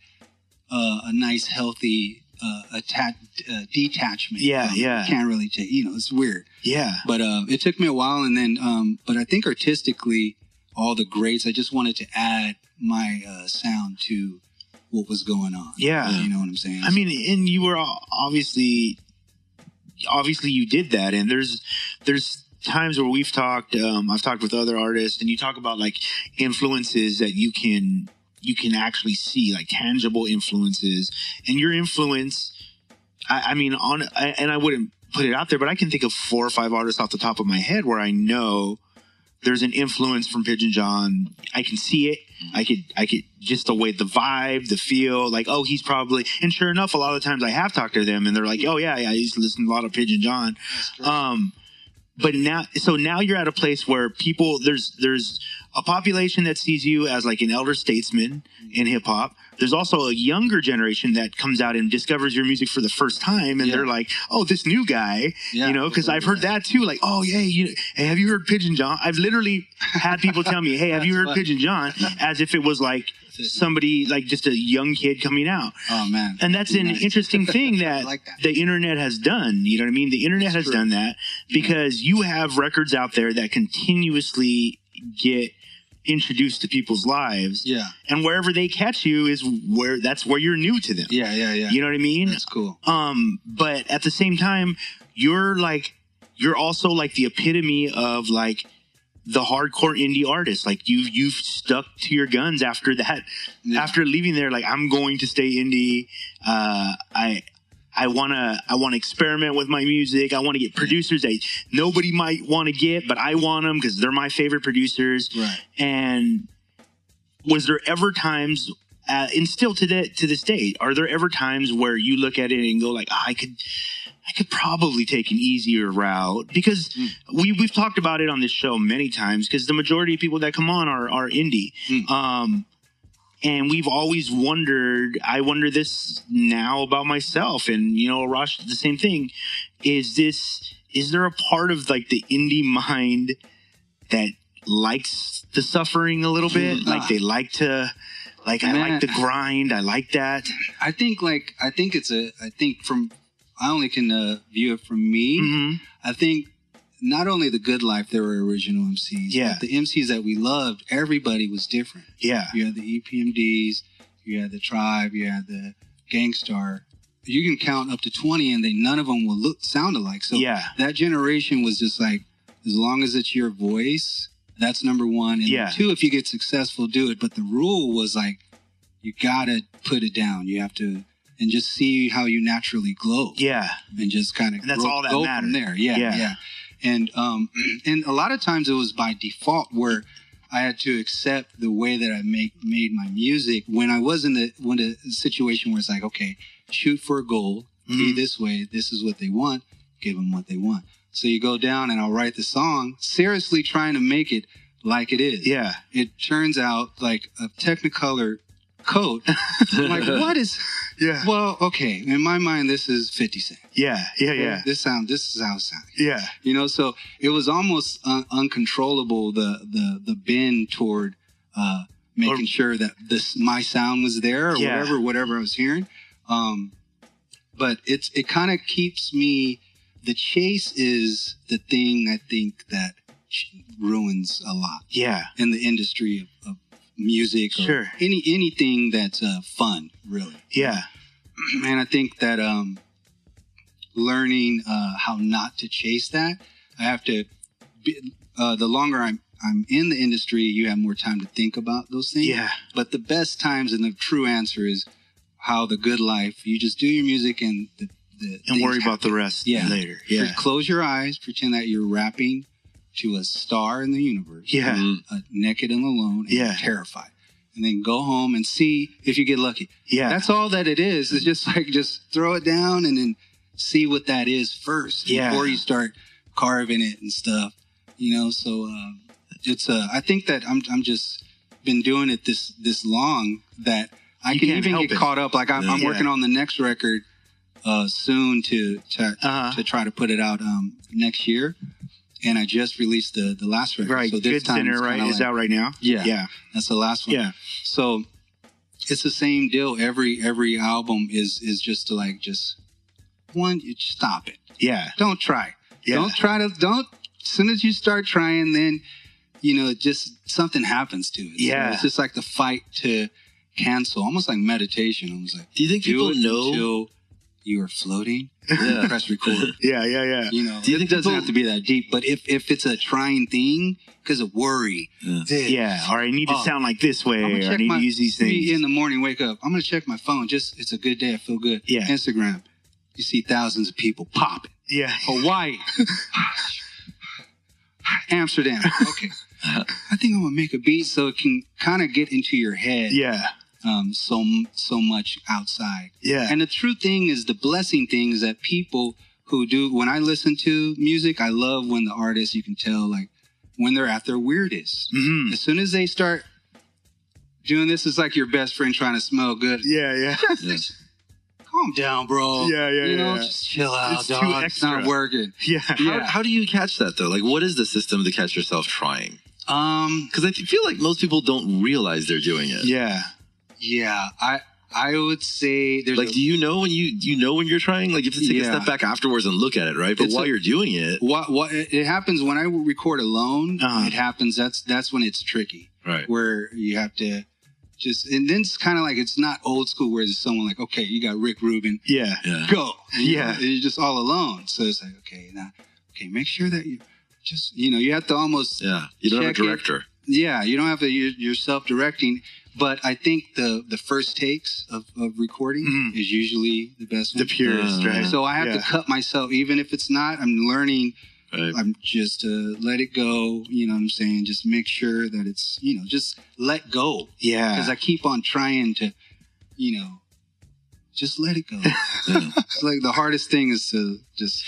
uh, a nice, healthy uh, atta- uh, detachment.
Yeah,
Um,
yeah.
Can't really take. You know, it's weird.
yeah
But uh, it took me a while, and then, um, but I think artistically, all the greats. I just wanted to add my uh, sound to what was going on.
Yeah.
you know what I'm saying.
I mean, and you were all- obviously, obviously you did that, and there's, there's times where we've talked, um, I've talked with other artists, and you talk about like influences that you can you can actually see, like tangible influences, and your influence. I, I mean, on I, and I wouldn't put it out there, but I can think of four or five artists off the top of my head where I know there's an influence from Pigeon John. I can see it. I could, I could just the way the vibe, the feel, like, oh, he's probably, and sure enough, a lot of times I have talked to them and they're like, oh, yeah, yeah, I used to listen to a lot of Pigeon John. Um, but now, so now you're at a place where people, there's, there's a population that sees you as like an elder statesman in hip hop. There's also a younger generation that comes out and discovers your music for the first time and
Yeah.
they're like, oh, this new guy,
Yeah.
you know, because I've heard that too. Like, oh yeah, you hey, have you heard Pigeon John? I've literally had people tell me, hey, have you
That's
heard
funny.
Pigeon John? As if it was like somebody, like just a young kid coming out.
Oh man.
And that's an
Nice.
interesting thing that,
like that.
the internet has done. You know what I mean? The internet
It's
has
true. Mm-hmm.
done that because you have records out there that continuously get introduced to people's lives,
Yeah.
and wherever they catch you is where that's where you're new to them.
Yeah. Yeah. Yeah.
You know what I mean?
That's cool.
Um, but at the same time, you're like you're also like the epitome of like the hardcore indie artist. Like you you've stuck to your guns after that
Yeah.
after leaving there, like I'm going to stay indie. Uh I I wanna I wanna experiment with my music. I wanna get producers that nobody might wanna get, but I want them because they're my favorite producers.
Right.
And was there ever times, uh, and still to that to this day, are there ever times where you look at it and go like, "Ah, I could, I could probably take an easier route because we we've talked about it on this show many times because the majority of people that come on are are indie.
Mm.
Um, and we've always wondered. I wonder this now about myself, and you know, Rosh, the same thing. Is this? Is there a part of like the indie mind that likes the suffering a little bit?
Mm,
like
ah.
they like to, like I
Man.
like the grind. I like that.
I think like I think it's a I think from I only can uh, view it from me.
hmm
I think not only the good life there were original MCs,
Yeah.
but the MCs that we loved, everybody was different.
Yeah.
You had the E EPMDs, you had the Tribe, you had the Gangstar. You can count up to twenty, and they none of them will look sound alike. So
yeah.
that generation was just like, as long as it's your voice, that's number one. And
Yeah.
two, if you get successful, do it. But the rule was like, you gotta put it down. You have to, and just see how you naturally glow
Yeah.
and just kind of
And that's all that
go
mattered.
from there. Yeah,
Yeah.
yeah, And um, and a lot of times it was by default where I had to accept the way that I make made my music when I was in the when the situation where it's like, okay, shoot for a goal, be
Mhm.
this way. This is what they want. Give them what they want. So you go down and I'll write the song seriously, trying to make it like it is.
Yeah.
It turns out like a Technicolor coat. I'm like, what is?
Yeah.
Well, okay. In my mind, this is Fifty Cent.
Yeah. Yeah. Yeah.
This sound. This is how it sounds.
Yeah.
You know, so it was almost un- uncontrollable the the the bend toward uh, making
Or-
sure that this my sound was there or
Yeah.
whatever whatever I was hearing. Um, but it's it kind of keeps me. The chase is the thing I think that ch- ruins a lot
Yeah.
in the industry of, of music or
Sure.
any anything that's uh, fun really
Yeah.
and I think that um, learning uh, how not to chase that, I have to. Be, uh, the longer I'm I'm in the industry, you have more time to think about those things.
Yeah.
But the best times and the true answer is how the good life. You just do your music and the, the
And
things
worry about the rest
Yeah.
later.
happen.
Yeah.
Close your eyes. Pretend that you're rapping to a star in the universe
Yeah.
Mm.
uh, naked and alone and
Yeah.
terrified. And then go home and see if you get lucky.
Yeah.
That's all that it is. It's just like just throw it down and then see what that is first
Yeah.
before you start carving it and stuff. You know, so um, it's uh, I think that I'm I'm just been doing it this this long that I
You
can
can't
even
help
get
it.
caught up. Like I'm, I'm
Yeah.
working on the next record uh, soon to to,
Uh-huh.
to try to put it out um, next year. And I just released the the last record.
Right.
So this
Good
time
center,
it's
right?
kinda
Is
like-
out right now?
Yeah.
Yeah.
that's the last one.
Yeah.
So it's the same deal. Every every album is is just to like just one. You just stop it.
Yeah.
Don't try.
Yeah.
Don't try to. Don't. As soon as you start trying, then you know just something happens to it. So
Yeah.
it's just like the fight to cancel, almost like meditation. Almost like
Do you think
do
people
it
know?
until you are floating,
Yeah.
press record.
Yeah, yeah, yeah.
You know,
Do you
it
think
doesn't
people-
have to be that deep, but if if it's a trying thing because of worry,
Yeah.
this,
Yeah, or I need to
Oh.
sound like this way,
I'm gonna
or I
check
need
my
to use these
three
things.
in the morning. Wake up. I'm gonna check my phone. Just it's a good day. I feel good.
Yeah.
Instagram. You see thousands of people popping.
yeah.
Hawaii, Amsterdam. Okay. I think I'm gonna make a beat so it can kind of get into your head.
Yeah.
Um. So so much outside.
Yeah.
And the true thing is the blessing thing is that people who do when I listen to music, I love when the artists you can tell like when they're at their weirdest.
Mhm.
As soon as they start doing this, it's like your best friend trying to smell good.
Yeah, yeah.
Yeah.
Calm down, bro.
Yeah, yeah,
You know,
yeah.
just chill out,
It's too
dog. It's not
extra.
working.
Yeah.
How,
Yeah.
how do you catch that though? Like, what is the system to catch yourself trying?
Um.
Because I th- feel like most people don't realize they're doing it.
Yeah.
Yeah. I. I would say there's
Like,
a-
do you know when you do you know when you're trying? Like, you have to take a
Yeah.
step back afterwards and look at it, right? But
It's
while
a-
you're doing it,
what what it it happens when I record alone.
Uh-huh.
It happens. That's that's when it's tricky.
right?
where you have to just and then it's kind of like it's not old school where it's someone like okay you got rick rubin
Yeah.
Yeah.
go You
Yeah.
know, and you're just all alone so it's like okay now okay make sure that you just you know you have to almost
Yeah. You don't have a
Check it.
director.
yeah you don't have to you're, you're self-directing but i think the the first takes of, of recording
Mhm.
is usually the best
The
one.
purist,
Uh,
right?
so i have to
Yeah.
cut myself even if it's not i'm learning
Right.
I'm just uh, let it go. You know what I'm saying? Just make sure that it's, you know, just let go.
Yeah.
Because I keep on trying to, you know, just let it go.
Yeah.
it's like the hardest thing is to just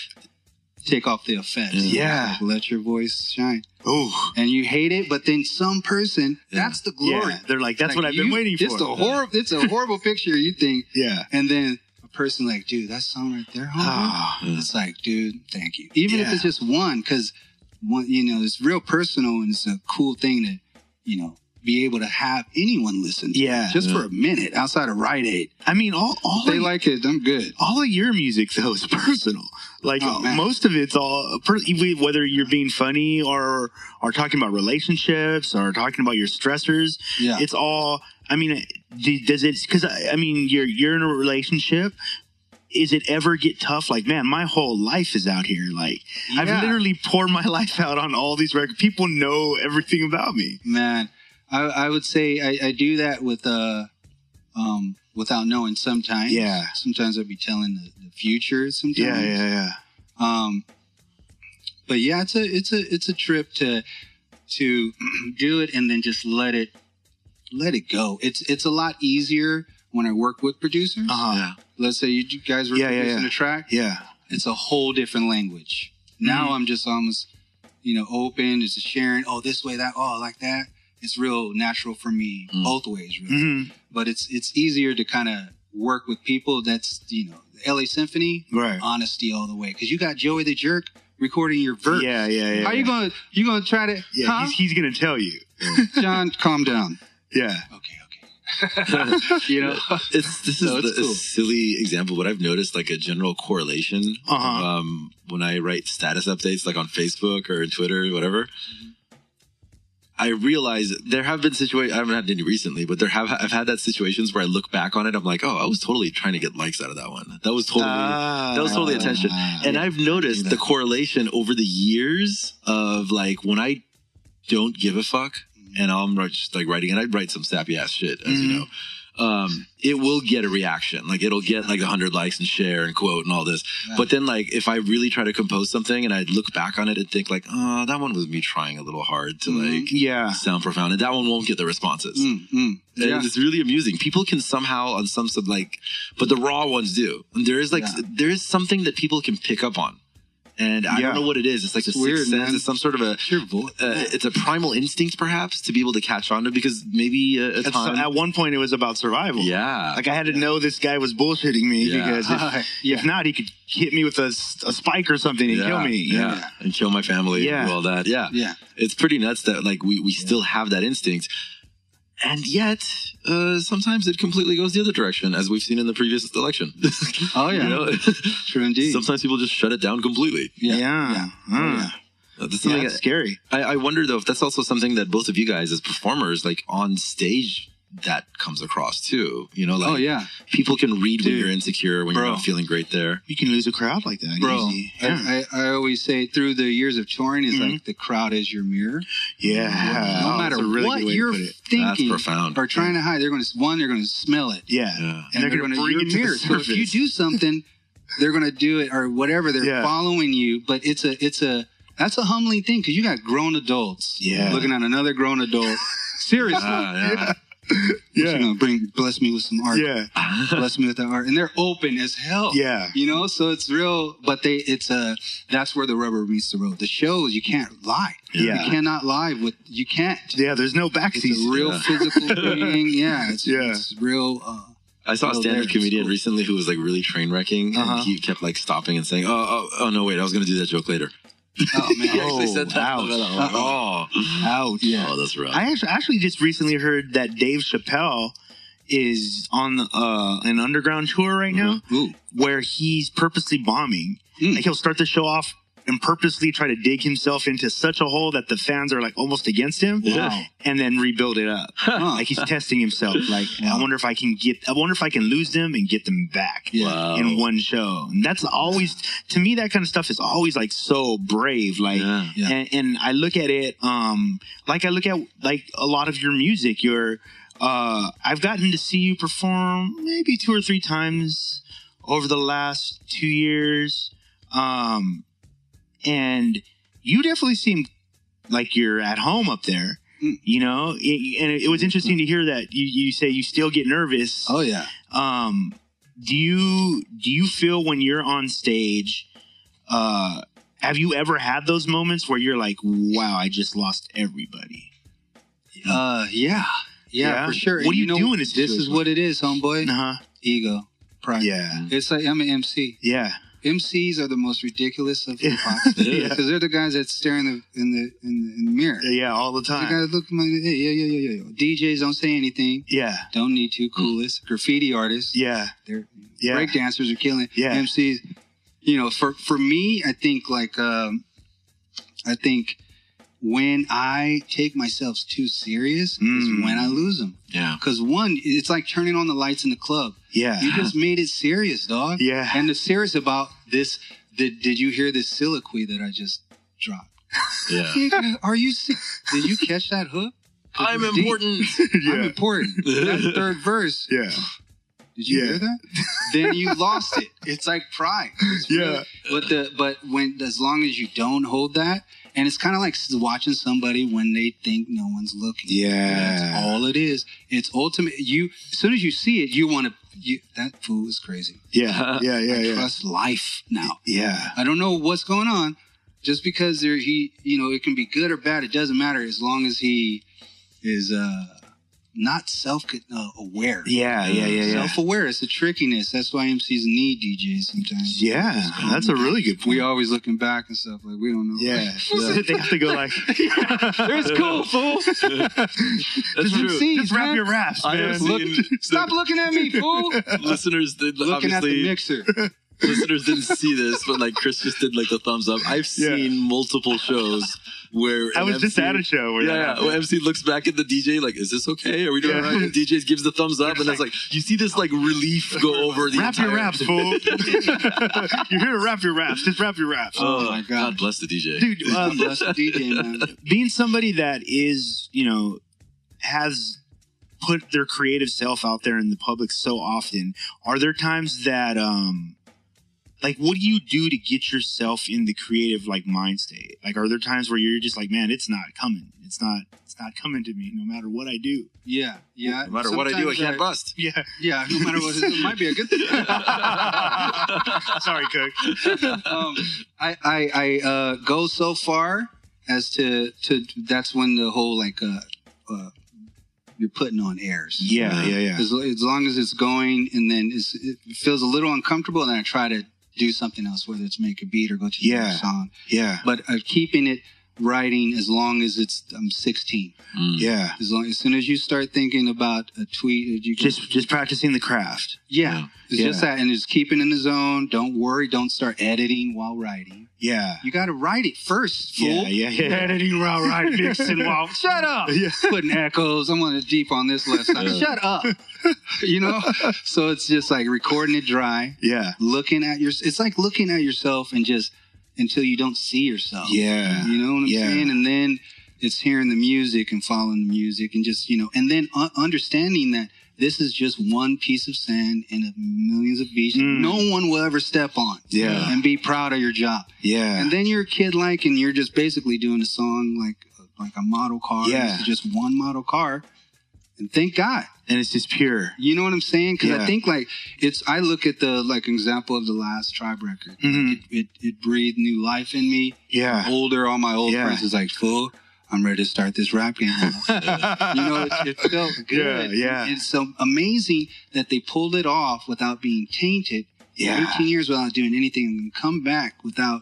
take off the effects.
Yeah.
Like, let your voice shine.
oh.
And you hate it, but then some person,
Yeah.
that's the glory.
Yeah. They're like, that's
Like,
what I've been
you-
waiting for.
It's a, horrible, it's a horrible picture, you think.
Yeah.
And then a person like, dude, that song right there, homie.
Ah.
Yeah.
It's like, dude, thank you. Even
Yeah.
if it's just one, because one, you know, it's real personal and it's a cool thing to, you know, be able to have anyone listen. To
Yeah.
Just
Yeah.
for a minute outside of Rite Aid.
I mean, all all
If they
of,
like it, I'm good.
all of your music though is personal. Like
Oh, man.
most of it's all per- whether you're being funny or or talking about relationships or talking about your stressors.
Yeah.
it's all i mean do- does it because I, I mean you're you're in a relationship is it ever get tough like man my whole life is out here like
Yeah.
i've literally poured my life out on all these records people know everything about me
Man, I, I would say I, I do that with, uh, um, without knowing sometimes.
Yeah.
Sometimes I'd be telling the, the future sometimes.
yeah yeah yeah
Um, but yeah, it's a it's a it's a trip to to do it and then just let it let it go. It's it's a lot easier when I uh, work with producers.
uh-huh.
Yeah.
Let's say you guys were
Yeah, yeah,
producing
yeah.
a track.
yeah
It's a whole different language. Now I'm just almost you know open. It's a sharing. Oh, this way, that. Oh, I like that. It's real natural for me
Mm.
both ways, really.
Mhm.
But it's it's easier to kind of work with people. That's you know, LA Symphony
right
honesty all the way because you got Joey the Jerk recording your verse.
yeah yeah yeah
How you
yeah.
gonna you gonna try to?
yeah
huh?
he's, he's gonna tell you
John, calm down.
yeah
Okay, okay. you know,
It's this is
No, it's
the,
cool.
a silly example, but I've noticed like a general correlation
Uh-huh.
um, when I write status updates, like on Facebook or Twitter, whatever. I realize there have been situations I haven't had any recently, but there have I've had that situations where I look back on it, I'm like, oh, I was totally trying to get likes out of that one. That was totally
uh,
Ah.
that was totally attention. And I've noticed the correlation over the years of like when I don't give a fuck and I'm ri- just like writing, and I write some sappy ass shit, as you know. Um, it will get a reaction. Like it'll get like a hundred likes and share and quote and all this.
Yeah.
But then like if I really try to compose something and I look back on it and think like, oh, that one was me trying a little hard to
Mhm.
like
yeah
sound profound, and that one won't get the responses.
Mm, mm.
And
Yeah.
It's really amusing. People can somehow on some sub like, but the raw ones do. And there is like
Yeah.
there is something that people can pick up on, and I
Yeah.
don't know what it is. It's like
It's
a
weird,
sixth sense.
man.
It's some sort of a.
It's your voice.
Uh, it's a primal instinct, perhaps, to be able to catch on to because maybe uh, a, a
at, so-
time.
at one point it was about survival
yeah.
like i had to know this guy was bullshitting me
Yeah.
because if,
yeah.
If not, he could hit me with a, s- a spike or something and
yeah,
kill me.
Yeah. And kill my family.
Yeah.
And do all that. Yeah.
yeah.
It's pretty nuts that like we, we still have that instinct. And yet, uh, sometimes it completely goes the other direction, as we've seen in the previous election.
Oh yeah.
You know?
True indeed.
Sometimes people just shut it down completely.
yeah.
Yeah.
Yeah.
Uh, That's
Yeah,
something
that's scary.
I, I wonder though if that's also something that both of you guys as performers, like on stage, that comes across too. You know, like
oh yeah,
people can read when
Dude.
you're insecure, when
Bro.
you're not feeling great there.
You can lose a crowd like that.
bro.
easy. Yeah.
I, I, I always say through the years of touring is like the crowd is your mirror.
yeah.
no
Oh,
matter
that's a really
what
good way to
you're
put it.
That's
thinking
profound.
or trying to hide, they're going to one, they're going to smell it,
Yeah.
Yeah.
And, they're, going to bring
you're
it to the
mirror. So
surface.
if you do something, they're going to do it or whatever. They're
Yeah.
following you, but it's a it's a that's a humbling thing because you got grown adults
Yeah.
looking at another grown adult. Seriously,
Ah,
you're going to bring bless me with some art.
Yeah.
yeah.
Bless me with the art, and they're open as hell.
Yeah.
you know, so it's real. But they, it's a that's where the rubber meets the road. The shows you can't lie.
Yeah.
You cannot lie with you can't.
Yeah. There's no
It's
backseat.
a real
Yeah.
physical thing. Yeah, it's,
Yeah.
it's real. Uh,
I saw a
Well,
stand-up
there,
comedian
it's cool.
recently who was like really train wrecking,
Uh-huh.
and he kept like stopping and saying, "Oh, oh, oh no, wait, I was going to do that joke later."
oh man,
He actually
Oh,
said that.
ouch.
Oh,
Ouch.
oh, that's rough.
I actually, actually just recently heard that Dave Chappelle is on uh, an underground tour right now
Ooh.
where he's purposely bombing.
Mm-hmm. Mm.
Like he'll start the show off and purposely try to dig himself into such a hole that the fans are like almost against him
Wow.
and then rebuild it up.
Huh.
Like he's testing himself. Like I
Wow.
wonder if I can get I wonder if I can lose them and get them back
Oh.
Wow.
in one show. And that's always to me that kind of stuff is always like so brave. Like
Yeah.
Yeah.
And, and I look at it um like I look at like a lot of your music. Your uh I've gotten to see you perform maybe two or three times over the last two years. Um and you definitely seem like you're at home up there.
Mm. Mm-hmm.
You know, It- and it was interesting to hear that you, you say you still get nervous
Oh yeah.
um do you do you feel when you're on stage uh have you ever had those moments where you're like wow i just lost everybody
Uh, yeah. yeah,
Yeah.
for sure.
What
And
do you
know,
do in a
This is
situation
what it is, homeboy.
uh-huh
Ego, pride.
yeah
It's like I'm an MC.
yeah
MCs are the most ridiculous of
Yeah.
hip hop
Yeah.
because they're the guys that stare in the in the in the, in the mirror.
yeah all the
The
time
guys look, like, hey, yeah, yeah, yeah, yeah. DJs don't say anything.
yeah
Don't need to. Coolest graffiti artists.
yeah
They're
Mm. yeah
break dancers are killing
Yeah.
MCs. You know, for for me, I think like um, I think when I take myself too serious
Mm.
is when I lose them.
yeah.
Because one, it's like turning on the lights in the club.
yeah
You just made it serious, dog.
Yeah.
And it's serious about this. Did, did you hear this soliloquy that I just dropped?
Yeah.
Nigga, Are you? se- Did you catch that hook? 'Cause
I'm
it's deep.
important.
I'm
yeah
important. That third verse.
yeah
Did you
Yeah.
hear that? then you lost it. It's like pride. It's
Yeah.
really- but the but when as long as you don't hold that, and it's kind of like watching somebody when they think no one's looking. That's
yeah
all it is. It's ultimate. You as soon as you see it, you want to. You, that fool is crazy.
yeah yeah yeah
I
yeah
trust life now.
yeah
I don't know what's going on. Just because there, he, you know, it can be good or bad. It doesn't matter as long as he is uh, not self uh, aware.
yeah yeah yeah yeah
Self aware. It's a trickiness. That's why MCs need DJs sometimes.
yeah that's a really good
We
point
always looking back and stuff like we don't know.
yeah they have to go like
It's cool, fool.
That's true.
MCs,
just wrap
man.
your wraps
I
man.
have
Look-
seen
Stop looking at me, fool.
listeners. Did,
Looking at the
obviously,
mixer.
listeners didn't see this, but like Chris just did like the thumbs up. I've
Yeah.
seen multiple shows where
I
an
was just
MC
at a show where that
Yeah, yeah.
happened.
Well, MC looks back at the DJ like, "Is this okay? Are we doing
Yeah.
all right?" And DJ gives the thumbs up,
They're
and
just
it's like you see this like relief go over the
Wrap your
entire-
wraps, fool. You're here to wrap your wraps. Just wrap your wraps.
Uh,
Oh, my
God
God.
bless the DJ.
Dude,
God
um,
bless the DJ, man.
being somebody that is, you know, has put their creative self out there in the public so often, are there times that, um, like, what do you do to get yourself in the creative like mind state? Like, are there times where you're just like, man, it's not coming. It's not. It's not coming to me, no matter what I do.
Yeah, yeah.
no matter what I do, I
Sometimes
can't bust.
Yeah.
Yeah, no matter what, it might be a good thing.
Sorry, Cook.
um, I I, I uh, go so far as to to that's when the whole like uh, uh, you're putting on airs.
Yeah, yeah, yeah.
As, as long as it's going, and then it's, it feels a little uncomfortable, then I try to do something else, whether it's make a beat or go to the
Yeah.
next song.
Yeah.
But uh, keeping it writing as long as it's I'm 16.
Mm.
Yeah.
As long as soon as you start thinking about a tweet, uh, you can,
Just just practicing the craft.
yeah, it's
yeah.
just that, and just keeping in the zone. Don't worry. Don't start editing while writing.
Yeah.
You got to write it first, fool.
Yeah, yeah, yeah.
Editing while right, mixing while. Shut up.
putting echoes. I'm on the deep on this left side. Shut up. You know? So it's just like recording it dry,
Yeah.
looking at your it's like looking at yourself and just until you don't see yourself.
Yeah.
You know what I'm
Yeah.
saying? And then it's hearing the music and following the music and just, you know, and then u- understanding that this is just one piece of sand in a millions of beaches
Mm.
no one will ever step on.
Yeah.
And be proud of your job.
Yeah.
And then you're a kid like, and you're just basically doing a song like like a model car.
Yeah.
It's just one model car. And thank God.
And it's just pure.
You know what I'm saying? Because
Yeah.
I think like it's I look at the like example of the last tribe record.
Mhm.
It it breathed new life in me.
Yeah.
Older, all my old
Yeah.
friends is like, fool, I'm ready to start this rap game. now." you know, it, it felt good.
yeah.
It's so amazing that they pulled it off without being tainted.
Yeah.
18 years without doing anything and then come back without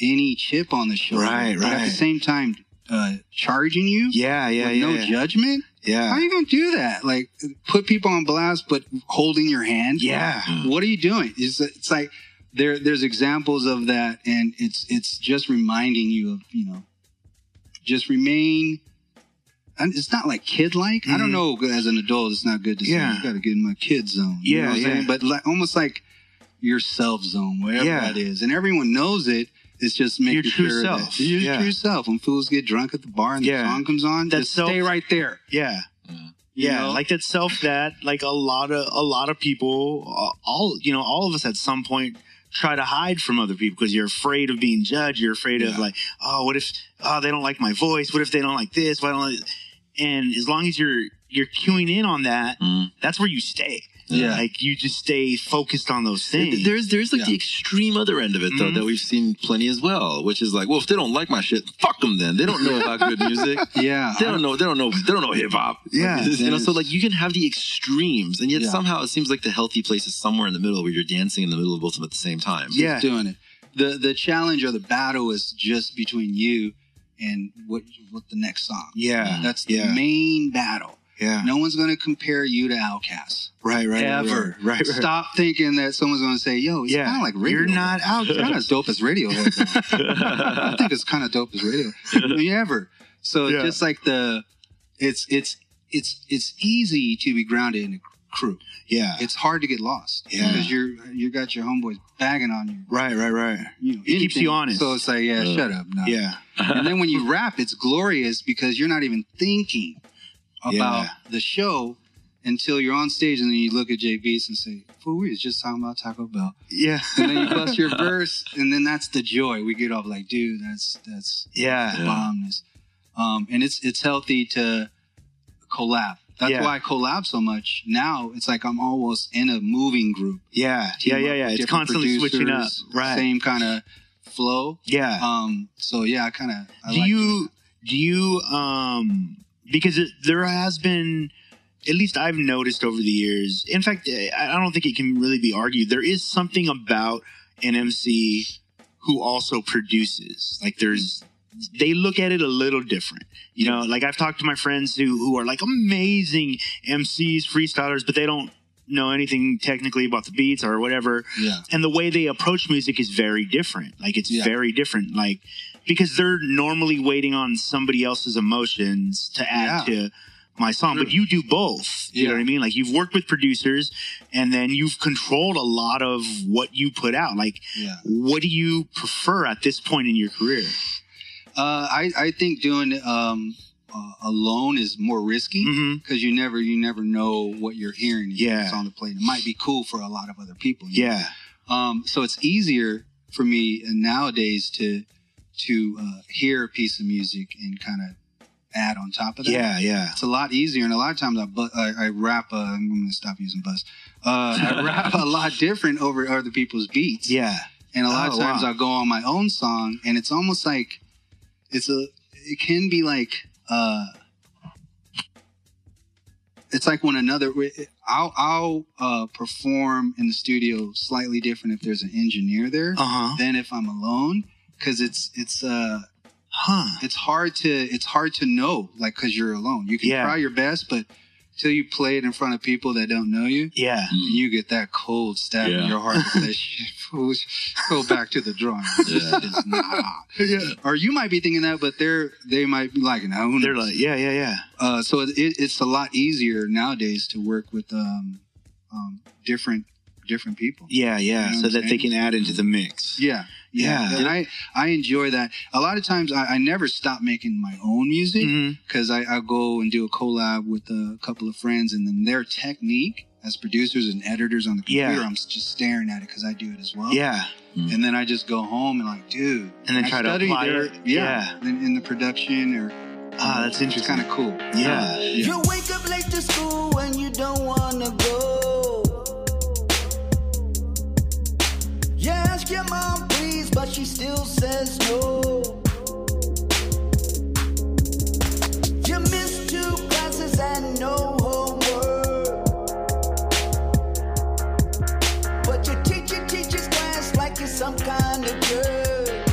any chip on the shoulder.
Right,
But at
right.
the same time, uh, charging you
Yeah, yeah,
with
yeah.
no
yeah.
judgment. How
yeah.
you going to do that? Like, put people on blast, but holding your hand?
Yeah.
What are you doing? It's, it's like there, there's examples of that, and it's it's just reminding you of, you know, just remain. And it's not like kid like. I don't know. As an adult, it's not good to say.
Hmm. Yeah.
You got to get in my kid zone. you
Yeah,
know what I'm
yeah.
saying? But like, almost like your self zone, wherever
Yeah.
that is, and everyone knows it. It's just making
Your true
sure that-
self.
your
Yeah.
true self. When fools get drunk at the bar and
Yeah.
the song comes on,
That
just
self-
stay right there.
Yeah.
you
Yeah,
know?
like that self that like a lot of a lot of people uh, all you know all of us at some point try to hide from other people because you're afraid of being judged. You're afraid of
Yeah.
like oh what if oh they don't like my voice? What if they don't like this? Why don't? I-" And as long as you're you're queuing in on that,
Mm.
that's where you stay.
Yeah.
like you just stay focused on those things.
There's there's like
Yeah. Mm-hmm.
the extreme other end of it though
Mhm.
that we've seen plenty as well, which is like, well, if they don't like my shit, fuck them. Then they don't know about good music.
Yeah.
They don't know. They don't know. They don't know hip hop.
Yeah.
you know.
Yes.
So like, you can have the extremes, and yet
Yeah.
somehow it seems like the healthy place is somewhere in the middle, where you're dancing in the middle of both of them at the same time.
yeah,
doing it. The the challenge or the battle is just between you and what what the next song.
yeah,
That's the
Yeah.
main battle.
yeah.
No one's gonna compare you to Outkast.
Right, right,
Ever.
right, right. right.
Stop thinking that someone's gonna say, "Yo, it's
Yeah.
kind of like radio."
You're not
It's kind
Outkast.
of dope as radio. I think it's kind of dope as radio. I mean, ever. So
Yeah.
just like the, it's it's it's it's easy to be grounded in a crew.
Yeah,
It's hard to get lost
Yeah.
because you're you got your homeboys bagging on you.
right, right, right.
you know,
It keeps
anything.
you honest. Uh,
So it's like, yeah,
Yeah.
shut up. No.
Yeah,
And then when you rap, it's glorious because you're not even thinking about
Yeah.
the show until you're on stage and then you look at Jay Beats and say, Fool, we was just talking about Taco Bell.
yeah,
And then you bust your verse, and then that's the joy. We get off like, dude, that's that's
yeah,
the bombness. Um, and it's it's healthy to collab. That's
Yeah.
why I collab so much. Now it's like I'm almost in a moving group.
yeah,
Team
yeah, yeah,
up
yeah.
with
It's
different
constantly switching up.
producers,
Right.
Same kind of flow.
Yeah.
Um, so yeah, I kind of.
do you do you um because it, there has been at least I've noticed over the years. In fact, I I don't think it can really be argued. There is something about an MC who also produces. Like there's they look at it a little different. You know, like I've talked to my friends who who are like amazing MCs, freestylers, but they don't know anything technically about the beats or whatever
Yeah.
and the way they approach music is very different. Like it's
Yeah.
very different. Like because they're normally waiting on somebody else's emotions to add to my song, but you do both. You know
Yeah.
what I mean? Like you've worked with producers, and then you've controlled a lot of what you put out. Like
Yeah.
what do you prefer at this point in your career?
Uh, I I think doing um uh, alone is more risky
hmm
because you never you never know what you're hearing. is
Yeah.
what's on the plate. It might be cool for a lot of other people. you know?
Yeah,
Um. So it's easier for me nowadays to to uh, hear a piece of music and kind of add on top of that.
yeah, yeah.
It's a lot easier, and a lot of times I bu- I, I rap. Uh, I'm gonna stop using bus. Uh, I rap a lot different over other people's beats.
Yeah,
And a lot
Oh,
of times
wow.
I'll go on my own song and it's almost like it's a it can be like uh it's like when another I'll I'll uh perform in the studio slightly
Uh-huh.
different if there's an engineer there
uh huh.
than if I'm alone cuz it's it's uh
huh?
it's hard to it's hard to know like because you're alone you can
Yeah.
try your best but till you play it in front of people that don't know you
Yeah.
and you get that cold stab
Yeah.
in your heart with that shit fools, go back to the drawing board. This
Yeah.
shit is not- or you might be thinking that but they're they might be liking that Who knows?
They're like, yeah, yeah, yeah.
uh, so it, it, it's a lot easier nowadays to work with um, um, different different people
Yeah, yeah.
You know
so
what
that
I'm
they
saying?
can add into the mix.
Yeah, yeah,
Yeah.
and I I enjoy that. A lot of times I, I never stop making my own music
Mhm.
because I, I go and do a collab with a couple of friends, and then their technique as producers and editors on the
Yeah.
computer, I'm s- just staring at it because I do it as well.
Yeah.
and then I just go home and like, dude,
And then
I
try to
studied
apply
their-
it.
yeah, In, in the production or
Ah, that's
it's
interesting.
kind of cool.
yeah.
Yeah.
You wake up late to school and you don't wanna go. You ask your mom, please, but she still says no. You miss two classes and no homework. But your teacher teaches class like you're some kind of jerk.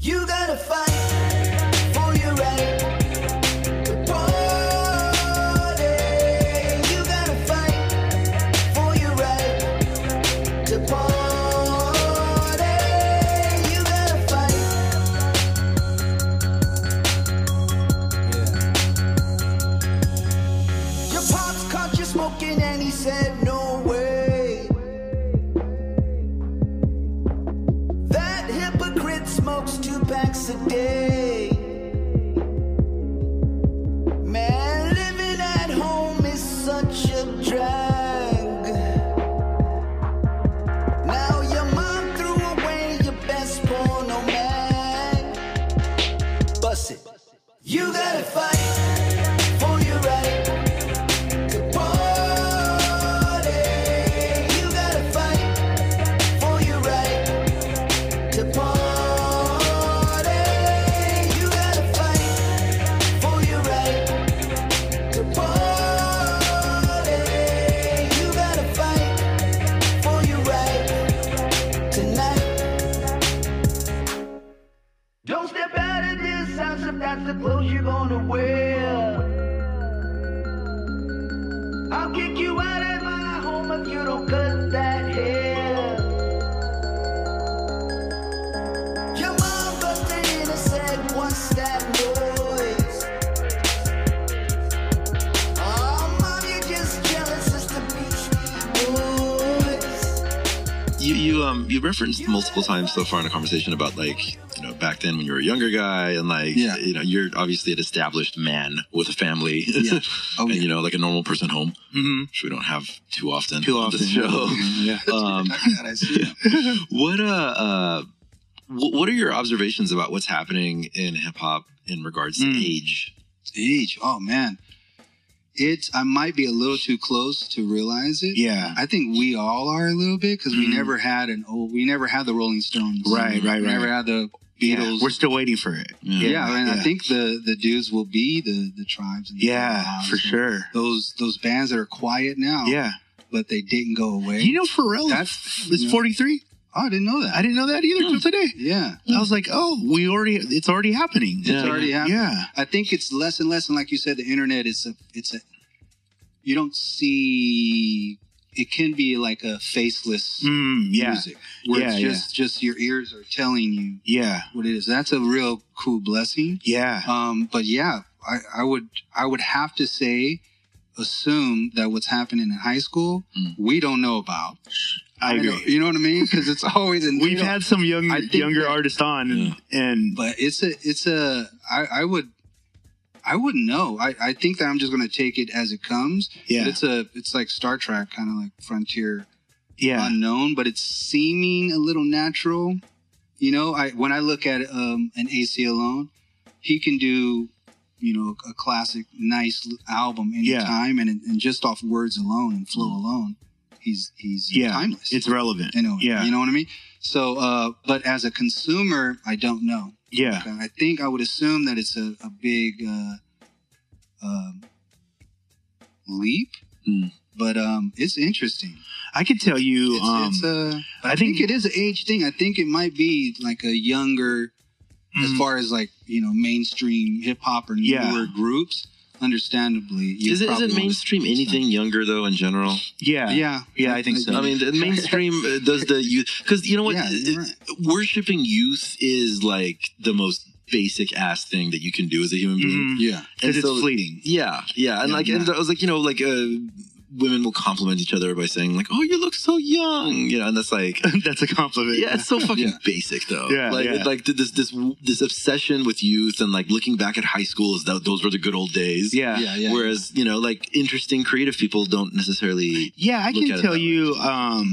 You gotta fight for your right. You gotta fight for your right to party. You gotta fight. Your pops caught you smoking and he said, No way. That hypocrite smokes two packs a day. Man, living at home is such a drag. Now your mom threw away your best porno mag. Bust it. You gotta fight for your right to party. You gotta fight for your right to party. You gotta fight for your right to party. You gotta fight for your right tonight. Don't step out of this house if that's the clothes you're gonna wear. I'll kick you out of my home if you don't cut that hair. Your mom buzzed in and said, What's that noise? Oh, mom, you're just jealous as the Beach Boys.
You you um you referenced multiple times so far in the conversation about like you know back then when you were a younger guy and like
Yeah.
you know you're obviously an established man with a family
Yeah. Oh,
and
yeah.
you know like a normal person home
hmm
which we don't have too often
Too
on this
often.
show.
Yeah.
um,
God, I see.
what uh, uh wh- what are your observations about what's happening in hip hop in regards
Hmm.
Mm.
to age?
Age. Oh man, it's I might be a little too close to realize it.
Yeah.
I think we all are a little bit because we
Mhm.
never had an old, we never had the Rolling Stones,
Right, right,
We never
right.
had the
Yeah.
Beatles.
We're still waiting for it.
Yeah, and I
yeah.
think the the dudes will be the the tribes. And the
Yeah,
Outlaws
for
and
sure.
Those those bands that are quiet now,
Yeah.
but they didn't go away.
You know, Pharrell
That's-
is, is 43.
oh, I didn't know that.
I didn't know that either until today.
yeah,
I was like, oh, we already, it's already happening.
Yeah.
it's already happening.
Yeah.
I think it's less and less, and like you said, the internet is a it's a you don't see. It can be like a faceless
Mm, yeah.
music where it's
Yeah,
just just your ears are telling you
Yeah.
what it is. That's a real cool blessing.
Yeah.
Um, but yeah, I, I would I would have to say assume that what's happening in high school
Mm.
we don't know about.
Hmm. I
don't-
agree.
You know what I mean? Because it's always in.
We've had some young,
I think
younger
that-
artists on, and,
Yeah.
and
but it's a it's a I, I would I wouldn't know. I, I think that I'm just gonna take it as it comes. But
yeah.
it's a it's like Star Trek, kind of like frontier
Yeah.
unknown, but it's seeming a little natural. You know, I when I look at um, an AC alone, he can do, you know, a classic, nice l- album
Yeah. Mm-hmm.
anytime, and and just off words alone and flow alone, he's he's
Yeah.
timeless.
It's relevant.
you know,
yeah.
you know what I mean. So, uh, but as a consumer, I don't know.
Yeah.
Okay, I think I would assume that it's a, a big uh, um, leap,
Mm.
but um, it's interesting.
I can tell you,
It's,
um,
it's a,
I
I think it
think-
is an age thing. I think it might be like a younger uh, as
Mhm.
far as like you know mainstream hip hop or newer
Yeah.
groups. Understandably, you
Is it, is
probably
it
wanna-
mainstream anything younger though in general?
Yeah.
Yeah,
Yeah, I think so.
I mean, the mainstream uh, does the youth because you know what?
Yeah, you're right.
Worshipping youth is like the most basic ass thing that you can do as a human being.
Mhm.
yeah,
And
Because it's
so-
fleeting.
Yeah, yeah, and
Mm-hmm. Yeah,
like, and
yeah.
I was like, you know, like uh, women will compliment each other by saying like, "Oh, you look so young," you know, and that's like,
That's a compliment.
yeah, it's so fucking
Yeah.
basic though.
Yeah,
like,
yeah.
like this this this obsession with youth and like looking back at high school is that those were the good old days.
Yeah.
yeah, yeah.
Whereas you know, like interesting creative people don't necessarily.
Yeah, I
look at
can
it
tell
that way.
you. Um,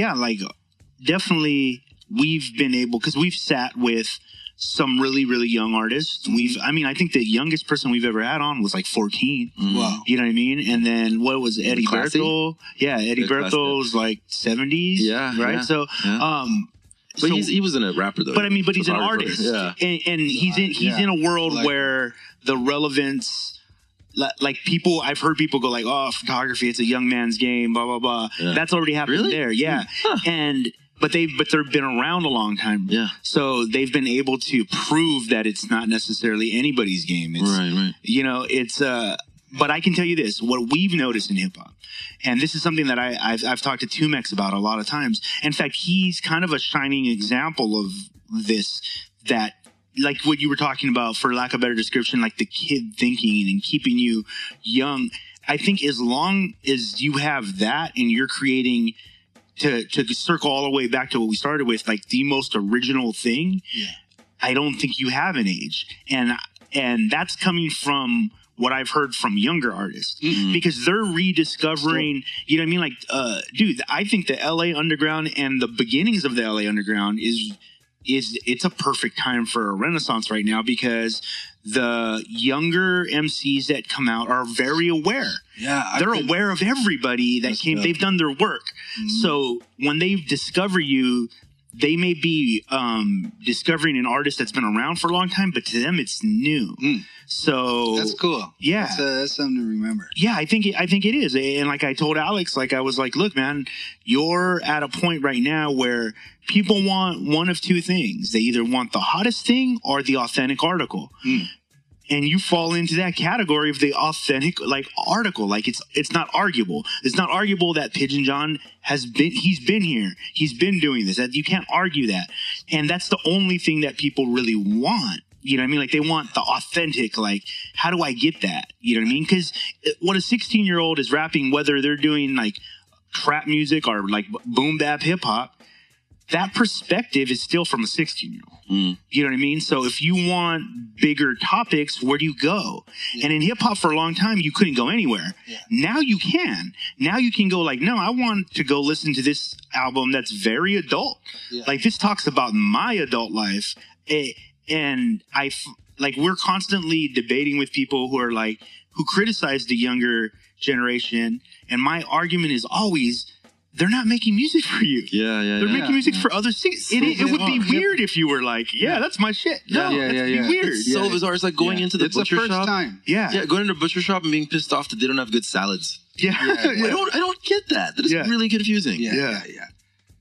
yeah, like definitely, we've been able because we've sat with some really really young artists.
Mm-hmm.
We've, I mean, I think the youngest person we've ever had on was like fourteen.
mm-hmm.
wow,
You know what I mean? And then what was it, Eddie
Classy?
Berthel? Yeah, Eddie
Good class,
Berthel's like seventies.
Yeah,
right.
yeah,
so,
yeah.
um,
But
so-
he's, he wasn't a rapper though.
but I mean, but he's an
Photographer.
artist,
Yeah.
and, and he's in he's
Yeah.
in a world
Like-
where the relevance, li- like people, I've heard people go like, "Oh, photography, it's a young man's game," blah blah blah.
Yeah.
That's already happened
Really? Hmm.
there, yeah.
Huh.
And but they but they've been around a long time,
Yeah.
so they've been able to prove that it's not necessarily anybody's game. It's
Right. Right.
you know, it's uh but I can tell you this, what we've noticed in hip hop, and this is something that I, I've, I've talked to Tumex about a lot of times. In fact, he's kind of a shining example of this, that like what you were talking about, for lack of better description, like the kid thinking and keeping you young. I think as long as you have that and you're creating to, to circle all the way back to what we started with, like the most original thing,
Yeah.
I don't think you have an age. And and that's coming from what I've heard from younger
Mm-hmm.
artists
Mm.
Mhm.
because they're rediscovering, you know what I mean? Like, uh, dude, I think the LA underground and the beginnings of the LA underground is, is it's a perfect time for a renaissance right now because the younger MCs that come out are very aware.
yeah. I
They're
could-
aware of everybody that
That's
came,
dope.
they've done their work.
Mm.
So when they discover you, they may be um, discovering an artist that's been around for a long time, but to them it's new.
Mm.
So
that's cool.
yeah.
that's, uh, that's something to remember.
yeah, I think it, I think it is, and like I told Alex, like I was like, look, man, you're at a point right now where people want one of two things: they either want the hottest thing or the authentic article,
Mm.
and you fall into that category of the authentic like article. Like it's it's not arguable. It's not arguable that Pigeon John has been he's been here, he's been doing this. That you can't argue that, and that's the only thing that people really want. You know what I mean? Like they want the authentic. Like, how do I get that? You know what I mean? Because what a 16 year old is rapping, whether they're doing like trap music or like boom bap hip hop, that perspective is still from a 16 year old.
Mm.
You know what I mean? So if you want bigger topics, where do you go? And in hip hop for a long time, you couldn't go anywhere.
Yeah.
Now you can. Now you can go like, no, I want to go listen to this album that's very adult.
Yeah.
Like this talks about my adult life. Eh, and I f- like we're constantly debating with people who are like who criticize the younger generation and my argument is always they're not making music for you.
Yeah. Yeah.
They're
yeah.
making music for other things. It, it, it would be
Yeah.
weird if you were like, yeah, that's my shit.
Yeah,
No,
yeah,
that'd
yeah.
be weird.
It's so
Yeah.
bizarre. It's like going
Yeah.
into the
it's
butcher
the first
shop.
time.
Yeah.
Yeah, going into a butcher shop and being pissed off that they don't have good salads.
Yeah.
Yeah,
I don't. I don't get that. That is
Yeah.
really confusing.
Yeah,
Yeah.
yeah, yeah.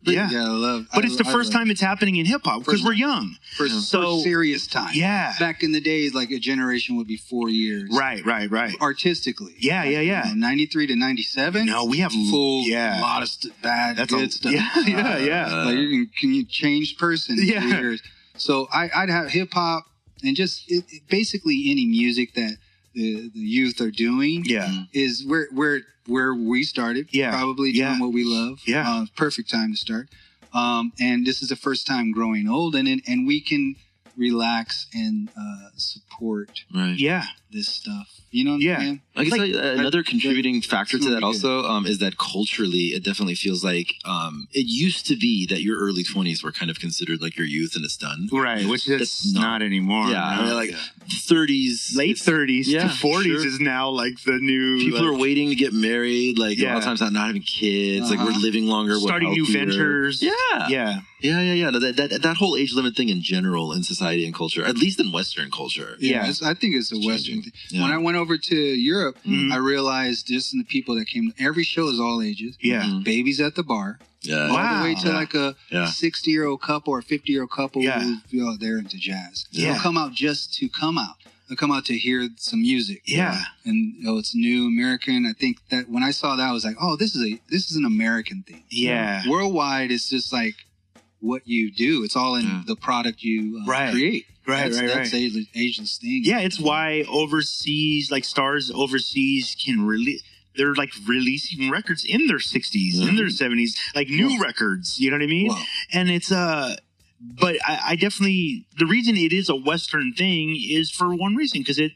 Yeah.
yeah I love.
But
I-
it's the
I
first
love-
time it's happening in hip hop because
First
we're
time.
young.
for,
Yeah.
for
So-
serious time.
Yeah.
back in the days, like a generation would be four years,
Right, right, right.
Artistically,
Yeah, yeah, yeah.
You know, Ninety-three to ninety-seven.
No, we have
full,
Yeah.
lot of st- bad,
That's
good
a,
stuff.
Yeah, yeah, yeah.
Uh,
like you can, can you change person in
Yeah.
three years. So I, I'd have hip hop and just it, it- basically any music that the, the youth are doing
yeah.
is where where where we started.
Yeah.
probably doing
Yeah.
what we love.
Yeah.
uh, perfect time to start. Um, and this is the first time growing old, and and- and we can relax and uh, support
right.
Yeah.
this stuff. You know what
Yeah.
I'm saying?
I guess
Like-
like, uh, another contributing factor to
really
that
good.
also um, is that culturally, it definitely feels like um, it used to be that your early twenties were kind of considered like your youth and it's done.
Right, which is
That's
not,
not-
anymore.
yeah, I
no.
mean, like thirties,
late 30s
yeah,
to 40s
sure.
is now like the new
People
like,
are waiting to get married. Like a
Yeah.
lot of times, not, not having kids. Like
Uh-huh.
we're living longer, we're
starting new
healthier.
ventures.
Yeah,
yeah,
yeah, yeah, yeah. That, that that whole age limit thing in general in society and culture, at least in Western culture.
Yeah.
it's- I think it's a
It's
Western interesting.
Yeah.
When I went over to Europe,
Mhm.
I realized just in the people that came, every show is all ages.
Yeah.
Mhm.
Babies at the bar,
Yeah.
all the way to
Yeah.
like a
Yeah.
60 year old couple or 50 year old couple
Yeah.
who feel they're into jazz.
Yeah.
They'll come out just to come out. They'll come out to hear some music.
Yeah.
And you know, it's new American. I think that when I saw that, I was like, oh, this is a this is an American thing.
Yeah.
Worldwide, it's just like what you do. It's all in
Yeah.
the product you uh,
Right.
create.
Right,
that's,
right,
That's
right.
a- ageless thing.
Yeah, it's why overseas, like stars overseas, can really. They're like releasing records in their 60s, in their 70s, like new records. You know what I mean?
Mm-hmm. Wow.
and it's uh but I, I definitely the reason it is a western thing is for one reason because it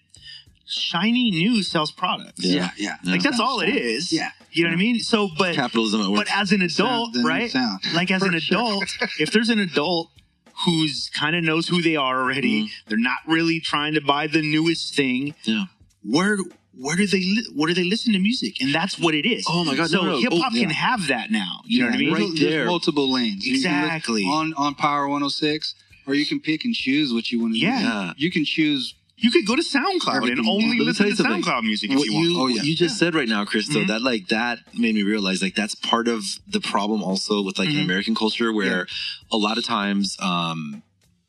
shiny new sells products
Yeah.
Yeah. Yeah.
Yeah.
like that's all it is
Yeah.
you know what i mean so but
Capitalism at work.
but uh, as an adult
Sound, the new
right
Sound.
like as an adult if there's an adult who's kind of knows who they are already they're not really trying to buy the newest thing
Mm-hmm. Yeah.
where where do they li- where do they listen to music and that's what it is
Oh my God,
so
no, no.
hip hop
Oh,
can
yeah.
have that now you know what i mean
right
There's-
there.
There's multiple lanes. You can look
Exactly.
on on Power 106, or you can pick and choose what you want to
Yeah.
do.
Yeah.
You can choose.
You could go to SoundCloud and
Everything.
only
Let me
listen
tell you
to
something.
SoundCloud music if
what
you
you,
want.
Oh, yeah.
you just said right now, Chris, though,
Mhm.
that like that made me realize like that's part of the problem also with like
Mhm.
an American culture where a lot of times um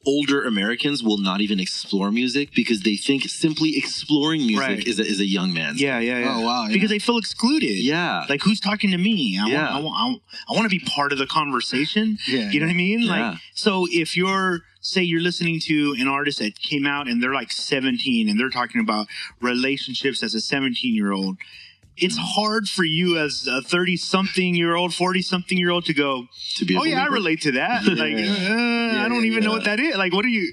older Americans will not even explore music because they think simply exploring music
Right.
is a, is a young man's.
yeah, yeah,
Oh wow. yeah.
Because they feel excluded.
Yeah.
Like who's talking to me? I
Yeah.
want, I want, I want, I want to be part of the conversation.
yeah.
You know what I mean?
Yeah.
Like, so if you're, say, you're listening to an artist that came out and they're like 17 and they're talking about relationships as a 17 year old, it's
Mm-hmm.
hard for you as a 30 something year old, 40 something year old to go,
To be a
oh yeah, I
believer.
relate to that. Like,
Yeah.
uh, I don't
yeah,
even know what that is. Like, what are you?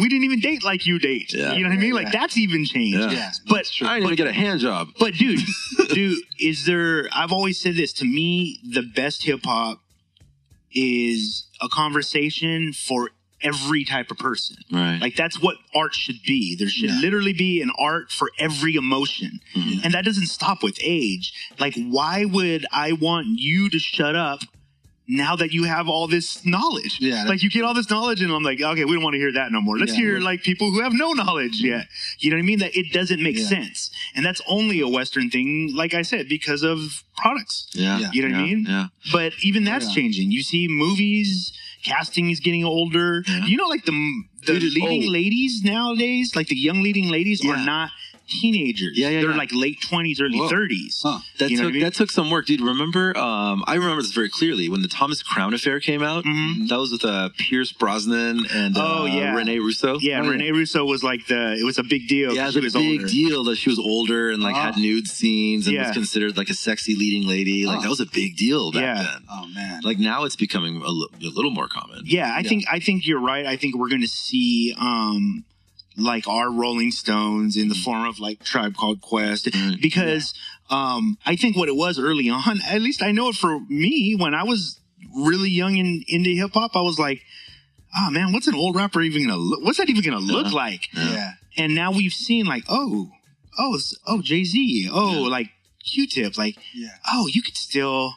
We didn't even date like you date.
Yeah.
You know what I mean? Like,
Yeah.
that's even changed.
Yeah.
Yeah.
But
I didn't even get a hand job.
but dude, dude, is there? I've always said this. To me, the best hip hop is a conversation for every type of person.
Right.
Like that's what art should be. There should
Yeah. Mm-hmm.
literally be an art for every emotion.
Mhm.
And that doesn't stop with age. Like why would I want you to shut up now that you have all this knowledge?
Yeah, that's
Like you get all this knowledge and I'm like, okay, we don't want to hear that no more. Let's
Yeah.
hear like people who have no knowledge yet. You know what I mean? That it doesn't make
Yeah.
sense. And that's only a western thing like I said because of products.
yeah.
Yeah.
You know what I
Yeah.
mean?
Yeah.
But even that's
Yeah.
changing. You see movies, casting is getting older.
Yeah.
You know, like the the
Dude,
leading
oh.
ladies nowadays, like the young leading ladies
Yeah.
are not teenagers.
Yeah, yeah,
They're
yeah.
like late twenties, early
Whoa.
thirties.
Huh.
That
You know
took
what I mean?
that took some work, dude. Remember, um, I remember this very clearly when the Thomas Crown affair came out.
Mhm.
That was with uh, Pierce Brosnan and uh,
Oh, yeah.
Rene Russo.
Yeah,
Oh, yeah.
Rene Russo was like the it was a big deal.
Yeah,
'cause
it
she
was a big
older. Uh-huh.
deal that she was older and like had
Ah.
nude scenes and
Yeah. Uh-huh.
was considered like a sexy leading lady. Like
Ah.
that was a big deal back
Yeah.
then.
Oh man.
Like now it's becoming a li- a little more common.
Yeah, I
Yeah.
think I think you're right. I think we're gonna see um like our Rolling Stones in the form of like Tribe Called Quest.
Mm.
Because um I think what it was early on, at least I know it for me, when I was really young and into hip hop, I was like, oh man, what's an old rapper even gonna look what's that even gonna look
Yeah.
like?
yeah.
And now we've seen like, oh, oh, s- oh, Jay-Z, oh,
Yeah.
like Q tip, like,
Yeah.
oh, you could still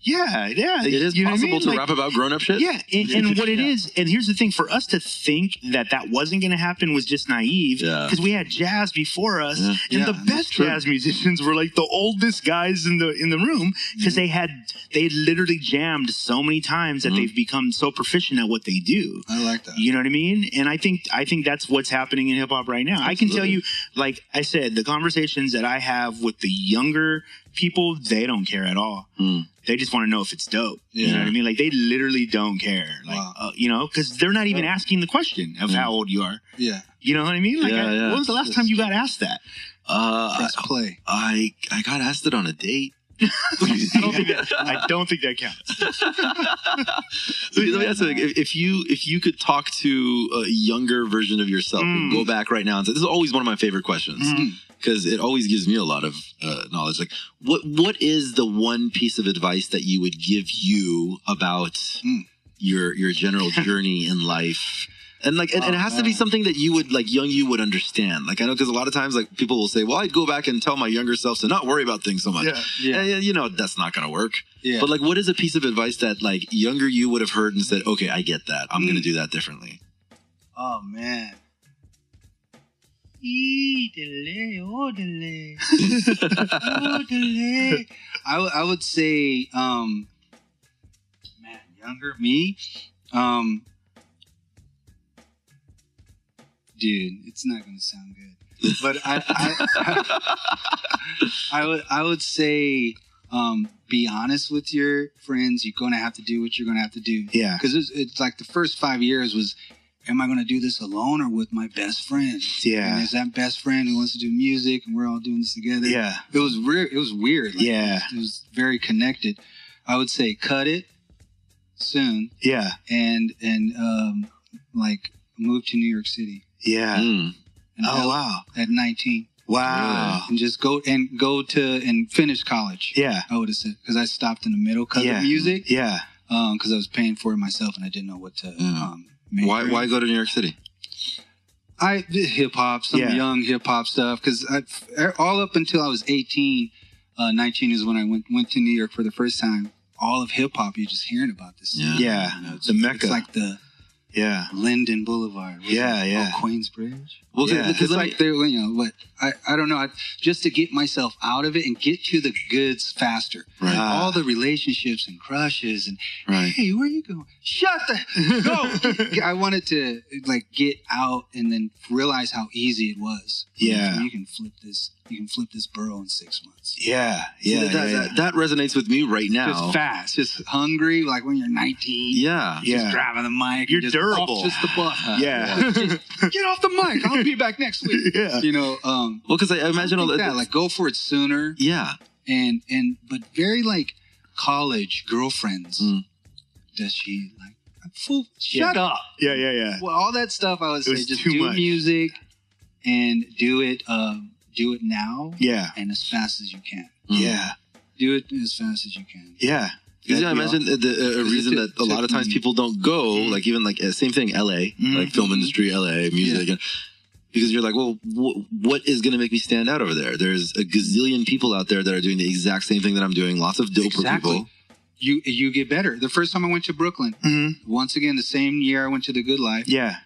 yeah, yeah.
It is
you know what I
possible
mean?
to
Like,
rap about grown up shit.
yeah, and, and what it is, and here's the thing: for us to think that that wasn't going to happen was just naive
Yeah.
because we had jazz before us,
Yeah.
and
Yeah,
the
that's
best
true.
jazz musicians were like the oldest guys in the in the room because they had they had literally jammed so many times that
Mhm.
they've become so proficient at what they do.
I like that.
You know what I mean? And I think I think that's what's happening in hip hop right now. I can tell
Absolutely.
you, like I said, the conversations that I have with the younger people, they don't care at all.
Hmm.
They just want to know if it's dope. You know
Yeah.
what I mean? Like they literally don't care. Like
Wow.
uh, you know, because they're not even asking the question of how old you are.
Yeah.
You know what I mean? Like,
Hmm. Yeah,
I-
yeah.
when was the last time you got asked that?
Uh,
Press play.
I I got asked it on a date.
I don't think that, I don't think that counts.
Let me, let me ask you, like, if, if you if you could talk to a younger version of yourself,
Mm.
go back right now and say, this is always one of my favorite questions
Mm.
Mm-hmm.
because it always gives me a lot of uh, knowledge. Like, what what is the one piece of advice that you would give you about
Mm.
your your general journey in life? And like, and, and it
Oh,
has to be
man.
something that you would like, young you would understand. Like, I know because a lot of times, like, people will say, "Well, I'd go back and tell my younger self to not worry about things so much."
Yeah. Yeah.
And, you know, that's not going to work.
Mm-hmm. Yeah.
But like, what is a piece of advice that like younger you would have heard and said, "Okay, I get that. I'm going to do that differently."
oh man.
Delay, oh delay, oh delay.
I w- I would say, um, man, younger me, um, dude, it's not gonna sound good, but I, I, I, would I would say, um, be honest with your friends. You're gonna have to do what you're gonna have to do
Yeah.
because it's, it's like the first five years was. Am I going to do this alone or with my best friend?
Yeah.
And there's that best friend who wants to do music, and we're all doing this together.
Yeah.
It was weird. It was weird. Like,
Yeah.
it was very connected. I would say cut it soon
Yeah.
and and um, like move to New York City.
Yeah.
Mm.
And
Oh
hell-
wow.
At nineteen,
Wow.
and just go and go to and finish college.
Yeah.
I would have said because I stopped in the middle because
Yeah.
of music
Yeah.
because I was paying for it myself and I didn't know what to.
Yeah.
Um, major
Why,
in.
why go to New York City?
I hip hop, some
Yeah.
young hip hop stuff. Because all up until I was 18, uh, 19 is when I went went to New York for the first time. All of hip hop, you're just hearing about this.
Yeah.
Yeah.
You know, it's,
The Mecca.
It's like the
Yeah.
Linden Boulevard. was
Yeah,
it?
yeah.
Oh, Queensbridge.
Well, 'cause-
Yeah.
because
It's
let
like
me-
they're you know, but I, I don't know. I, just to get myself out of it and get to the goods faster.
Right.
Uh,
all the relationships and crushes and
right.
hey, where are you going? Shut the no. I wanted to like get out and then realize how easy it was.
Yeah.
So you can flip this. You can flip this burrow in six months.
Yeah.
Yeah,
Yeah.
that,
yeah,
That, that resonates with me right now.
Just fast, just hungry, like when you're 19.
Yeah.
Just
Yeah.
grabbing the mic. and
You're
just
durable.
Off, just the buff.
Yeah.
Get off the mic. I'll be back next week.
Yeah.
You know, um,
Well, because I, I imagine all
think
that.
that. Like, go for it sooner.
yeah.
and and but very like college girlfriends.
Mm.
Does she like I'm full? Shut up.
Yeah. Yeah. Yeah.
Well, all that stuff I would say
was
just
too
do
much.
music and do it um, do it now
Yeah.
and as fast as you can.
Mm.
Yeah.
Do it as fast as you can.
Yeah.
Because yeah, I
That'd be
imagine the, the, a
Because it
reason
took-
that a lot of
took
times
me-
people don't go, like even like uh, same thing, LA,
Mhm.
like film industry, LA, music. and- Because you're like, well, wh- what is going to make me stand out over there? There's a gazillion people out there that are doing the exact same thing that I'm doing. Lots of doper
Exactly.
people.
You you get better. The first time I went to Brooklyn,
hmm
once again the same year I went to the Good Life.
Yeah.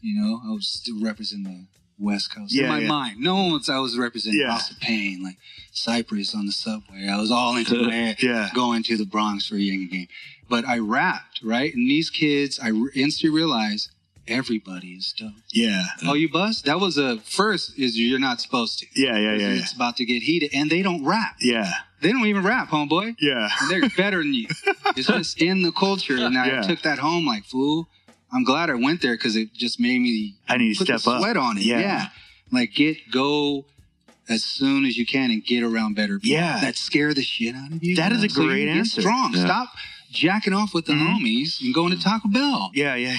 You know, I was still representing the West Coast
Yeah,
in my
yeah.
mind. No one was I was representing
Yeah.
House of Pain, like Cypress on the subway. I was all into it.
Yeah.
going to the Bronx for a Yankee game. But I rapped, right? And these kids, I re- instantly realized everybody is dope.
Yeah.
Oh, you bust? That was a first. Is you're not supposed to.
Yeah. Yeah. Yeah.
It's about to get heated, and they don't rap.
Yeah.
They don't even rap, homeboy.
Yeah.
And they're better than you. It's just in the culture, and I
Yeah.
took that home like fool. I'm glad I went there because it just made me
I need to
put
step
the
up.
sweat on it.
Yeah.
Yeah. Like get go as soon as you can and get around better people
Yeah.
that scare the shit out of you.
That is a
So you
great
get
answer.
Strong.
Yeah.
Stop jacking off with the
Mhm.
homies and going to Taco Bell.
Yeah. Yeah.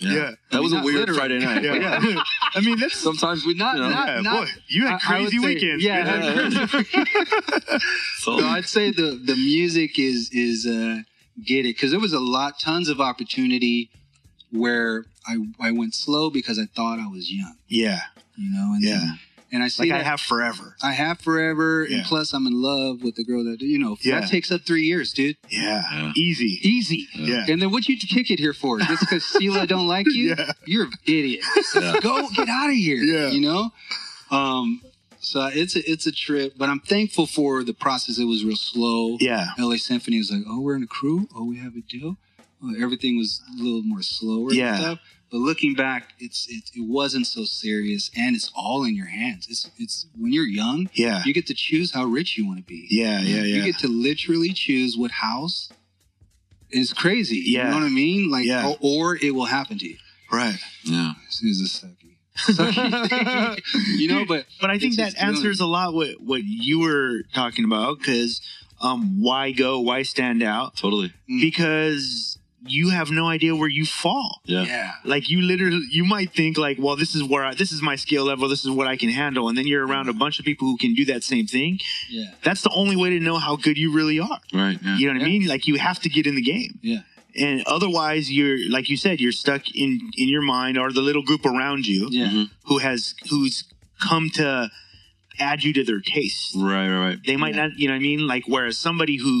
Yeah.
That
I mean,
was a
not
weird
literally.
Friday night.
Yeah. yeah. I mean, that's
Sometimes we
Not-
not. You know,
not-
yeah, boy, you
I-
had
I would
crazy
say-
weekends.
yeah, I had
dude.
so-
No, I'd say the the music is is uh, get it because there was a lot, tons of opportunity where I I went slow because I thought I was young,
yeah.
you know. And
Yeah.
and I see
Like
that
I have forever.
I have forever,
Yeah.
and plus I'm in love with the girl that you know.
Yeah.
That takes up three years, dude.
Yeah.
Yeah.
Easy.
Easy.
Yeah.
And then what you kick it here for? Just because Sheila don't like you?
Yeah.
You're an idiot.
Yeah.
Go get out of here.
Yeah.
You know. Um. So it's a it's a trip, but I'm thankful for the process. It was real slow.
Yeah.
LA Symphony was like, oh, we're in a crew. Oh, we have a deal. Well, everything was a little more slower.
Yeah.
And stuff. But looking back, it's it, it wasn't so serious, and it's all in your hands. It's it's when you're young,
Yeah.
you get to choose how rich you want to be.
Yeah. Yeah.
You
Yeah.
get to literally choose what house is crazy.
Yeah.
You know what I mean? Like,
Yeah.
or, or it will happen to you.
Right.
yeah.
This is a sucky. Sucky thing. you know, but
But I think
It's
that
just doing
answers a lot what what you were talking about because um, why go? Why stand out?
Totally.
Mm.
Because you have no idea where you fall.
Yeah.
yeah.
Like you literally, you might think like, well, this is where I, this is my skill level. This is what I can handle. And then you're around a bunch of people who can do that same thing.
Yeah.
That's the only way to know how good you really are.
Right. Yeah.
You know what I
Yeah.
mean? Like you have to get in the game.
Yeah.
And otherwise, you're like you said, you're stuck in in your mind or the little group around you
Yeah.
Mhm.
who has who's come to add you to their taste.
Mm-hmm. Right. Right. Right.
They might not, you know what I mean? Like whereas somebody who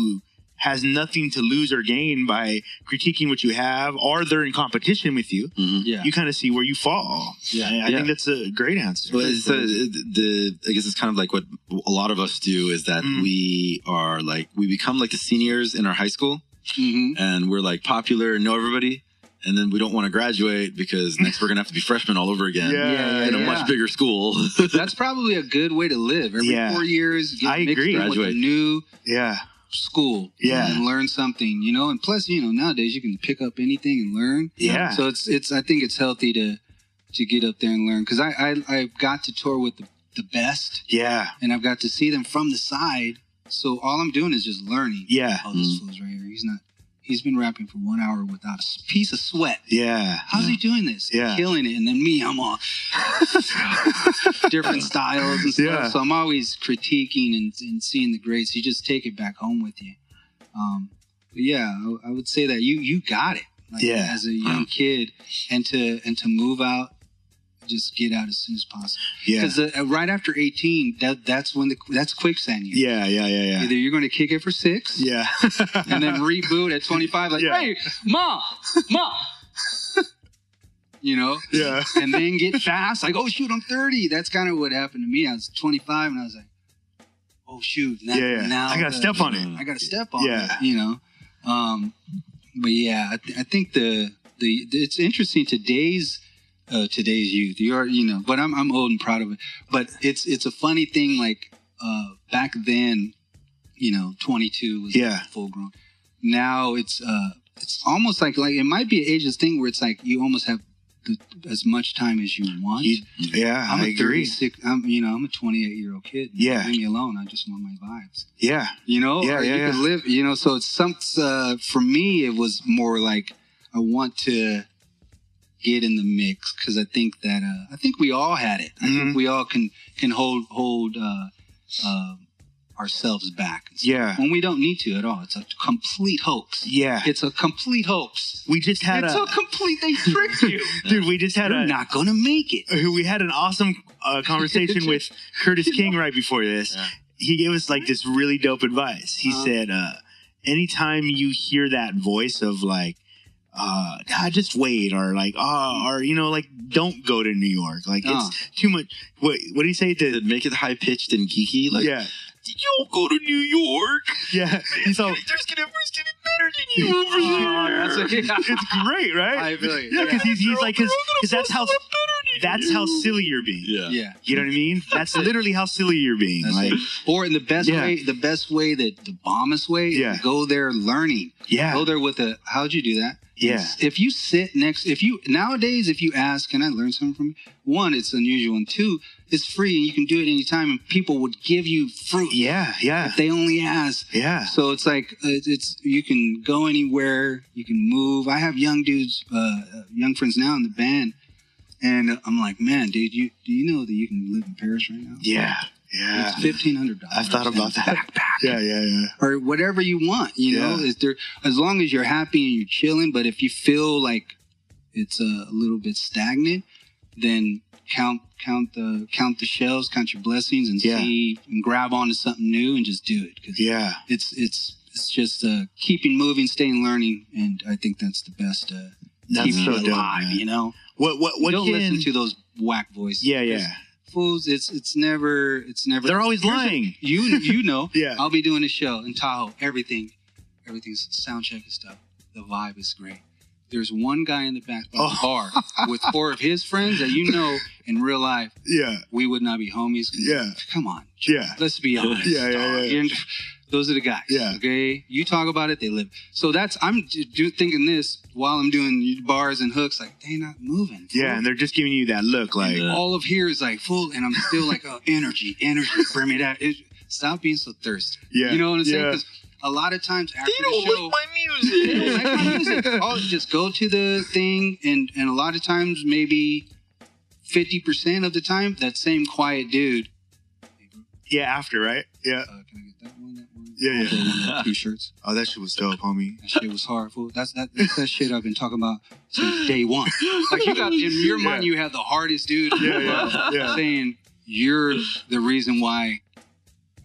has nothing to lose or gain by critiquing what you have, or they're in competition with you,
Mhm.
Yeah.
you kind of see where you fall.
Yeah.
I, I
Yeah.
think that's a great answer.
Well, it's, uh, the I guess it's kind of like what a lot of us do is that
Mm.
we are like we become like the seniors in our high school,
Mhm.
and we're like popular and know everybody, and then we don't want to graduate because next we're gonna have to be freshmen all over again
Yeah,
in a
yeah.
much bigger school.
That's probably a good way to live. Every
Yeah.
four years, get
I
mixed
agree.
in with a
Graduate.
new
yeah.
school,
Yeah.
and learn something. You know, and plus, you know, nowadays you can pick up anything and learn.
Yeah.
So it's it's I think it's healthy to to get up there and learn because I, I I got to tour with the, the best
yeah.
and I've got to see them from the side. So all I'm doing is just learning.
Yeah. Mm-hmm.
Oh, this fool's right here. He's not. He's been rapping for one hour without a s- piece of sweat.
Yeah.
How's he doing this?
Yeah.
Killing it. And then me, I'm all different styles and stuff.
Yeah.
So I'm always critiquing and, and seeing the greats. You just take it back home with you. Um, but yeah, I, I would say that you you got it. Like,
Yeah.
As a young kid, and to and to move out, just get out as soon as possible.
Yeah.
Because uh, right after 18, that that's when the that's quicksand. year.
Yeah. Yeah. Yeah.
Either you're going to kick it for six,
Yeah. Yeah.
and then reboot at 25 like
Yeah.
hey ma ma you know
yeah.
and then get fast like oh shoot i'm 30 that's kind of what happened to me i was 25 and i was like oh shoot now,
Yeah, yeah.
now
I gotta
the- Mm.
step on it.
i gotta step on
Yeah.
it you know um but yeah i, th- I think the the it's interesting today's uh, today's youth you are you know but I'm, I'm old and proud of it but it's it's a funny thing like uh back then you know 22 was
Yeah.
full grown now it's uh it's almost like like it might be an ages thing where it's like you almost have the, as much time as you want
You- Yeah.
i'm
I
a
agree.
36 i'm you know i'm a 28 year old kid
Yeah.
leave me alone i just want my vibes
Yeah.
you know
Yeah,
or
yeah,
you
yeah.
could live you know so it's some uh, for me it was more like i want to get in the mix because i think that uh, i think we all had it i
Mhm.
think we all can can hold hold uh, uh, ourselves back and stuff.
Yeah.
when we don't need to at all it's a complete hoax
Yeah.
it's a complete hoax
We just had
it's
a,
a complete they tricked you
dude. We just had
you're
a
not gonna make it
who we had an awesome uh, conversation with Curtis King right before this.
Yeah.
He gave us like this really dope advice. He
Uh-huh.
said, uh, "Anytime you hear that voice of like, uh, God, just wait," or like,
Mm-hmm.
"Ah," or you know, like, don't go to New York. Like,
Uh.
Uh-huh.
it's too much." What What do you say to?
Did it make it high pitched and geeky? Like
yeah,
you'll go to New York.
yeah. So
There's gonna everyone's gonna be better than you over there.
that's okay.
it's great, right?
I feel you.
Oh, yeah, because he's, he's like, because
Everyone gonna
that's how
fuck up better than
that's
you.
how silly you're being.
Yeah.
yeah
You know what I mean? That's literally how silly you're being.
That's
like,
it. Or in the best
Yeah.
way, the best way that the bombest way, is
Yeah.
go there learning.
yeah,
Go there with a how'd you do that?
yeah,
If you sit next, if you nowadays, if you ask, can I learn something from you? One, it's unusual, and two, it's free and you can do it anytime, and people would give you fruit
yeah, yeah,
if they only ask.
yeah.
So it's like it's, it's you can go anywhere, you can move. I have young dudes, uh, uh, young friends now in the band, and I'm like, man, dude, you do you know that you can live in Paris right now?
Yeah, yeah.
It's fifteen hundred dollars.
I've thought about that. Yeah, yeah, yeah.
or whatever you want. You know,
Yeah.
is there as long as you're happy and you're chilling. But if you feel like it's a little bit stagnant, then count count the count the shells, count your blessings, and
Yeah.
see and grab onto something new and just do it. 'Cause
Yeah.
it's it's it's just uh, keeping moving, staying learning, and I think that's the best. Uh,
That's
keep
so
you
dope.
alive,
man.
you know.
What what what
Don't
can
listen to those whack voices.
Yeah, yeah.
Fools, it's it's never it's never
They're always
Here's the-
lying. Uh,
you you know.
Yeah.
I'll be doing a show in Tahoe. Everything, everything's sound check and stuff. The vibe is great. There's one guy in the back by
Oh.
the bar with four of his friends that you know in real life
Yeah.
we would not be homies.
Yeah.
Come on.
Yeah.
Let's be honest.
Yeah, yeah,
dog.
yeah.
You're- Those are the guys.
Yeah.
Okay. You talk about it, they live. So that's I'm j- do, thinking this while I'm doing bars and hooks. Like they not moving. fool.
Yeah, and they're just giving you that look like
Yeah.
All of here is like full, and I'm still like, oh, energy, energy, bring me that. en- Stop being so thirsty.
Yeah,
You know what I'm saying?
yeah.
'Cause a lot of times after
They don't
the show,
like my music.
they don't like my music. I'll just go to the thing, and and a lot of times, maybe fifty percent of the time, that same quiet dude.
Yeah, after, right? Yeah.
Uh, can I get that one? That one?
Yeah, yeah.
yeah. Two shirts.
Oh, that shit was dope, homie.
That shit was hard, fool. That's that. That's that shit I've been talking about since day one. Like you got in your mind, you had the hardest dude. in the
Yeah, yeah,
world
yeah.
Saying you're the reason why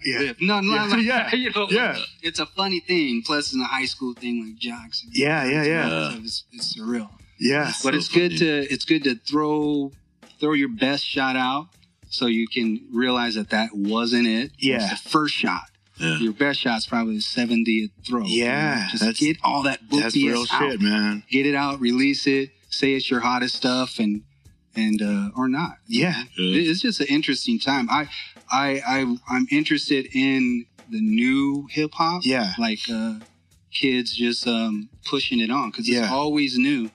Yeah.
If- No, no,
Yeah.
like,
Yeah.
you know,
Yeah.
it's a funny thing. Plus, it's a high school thing like jocks. and-
Yeah, yeah, yeah.
So it's, it's surreal.
Yeah.
but
So
it's good
funny.
to it's good to throw throw your best shot out so you can realize that that wasn't it.
Yeah.
it's the first shot.
Yeah.
Your best shot's probably the seventieth throw.
Yeah,
You know,
that's-
just get all that book
That's real
out.
shit, man.
Get it out, release it. Say it's your hottest stuff, and and uh, or not.
Yeah.
Yeah.
It- It's just an interesting time. I I I I'm interested in the new hip hop
Yeah.
like uh, kids just um, pushing it on because
Yeah.
it's always new.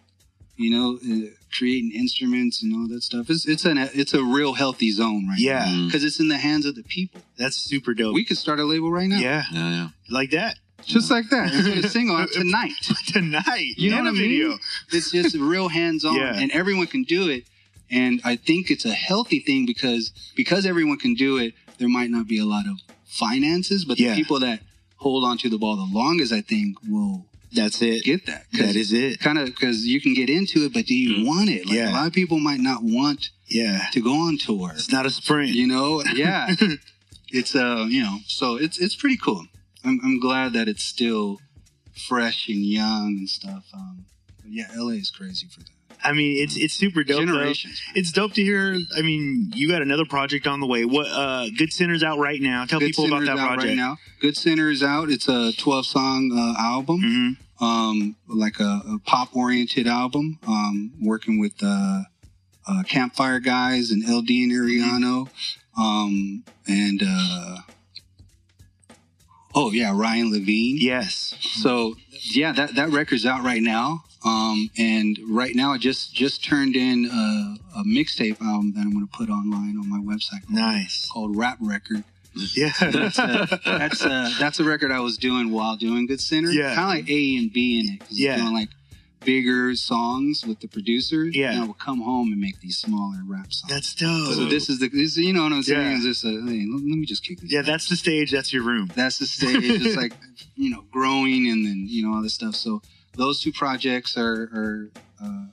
You know, uh, creating instruments and all that stuff. It's it's an it's a real healthy zone right
Yeah.
Mm.
because it's in the hands of the people.
That's super dope.
We could start a label right now,
yeah.
Yeah, yeah.
Like that.
just like that. Let's get a single out tonight.
Tonight.
You know
and
what
a
I mean?
video.
It's just real hands on,
Yeah.
and everyone can do it. And I think it's a healthy thing because because everyone can do it. There might not be a lot of finances, but
Yeah.
the people that hold onto the ball the longest, I think, will
That's it.
get that. 'Cause
That is it.
kind of because you can get into it, but do you want it? Like
Yeah.
a lot of people might not want
Yeah.
to go on tour.
It's not a sprint.
You know, yeah, it's uh, you know, so it's it's pretty cool. I'm I'm glad that it's still fresh and young and stuff. Um, but yeah, LA is crazy for that.
I mean, it's it's super dope. though.
Generations.
It's dope to hear. I mean, you got another project on the way. What uh Good Center's out right now. Tell people about
Sinner's
that
out
project.
right now. Good Sinner is out. It's a 12 song uh, album.
Mhm.
um, like a, a pop oriented album, um, working with uh, uh, Campfire Guys and LD and Ariano. Um, and uh, oh, yeah, Ryan Levine.
Yes.
So, yeah, that, that record's out right now. Um, and right now, I just, just turned in a, a mixtape album that I'm going to put online on my website
Nice.
called Rap Record.
Yeah.
That's a, that's a record I was doing while doing Good Center.
Yeah.
Kind of like A and B in it. 'cause
Yeah.
Doing like bigger songs with the producer.
Yeah.
And I would come home and make these smaller rap songs.
That's dope.
so this is the, this, you know what I'm saying?
Yeah.
Is this a, hey, let, let me just kick this.
yeah, that's the stage. That's your room.
That's the stage. it's like, you know, growing and then, you know, all this stuff. So those two projects are, are uh,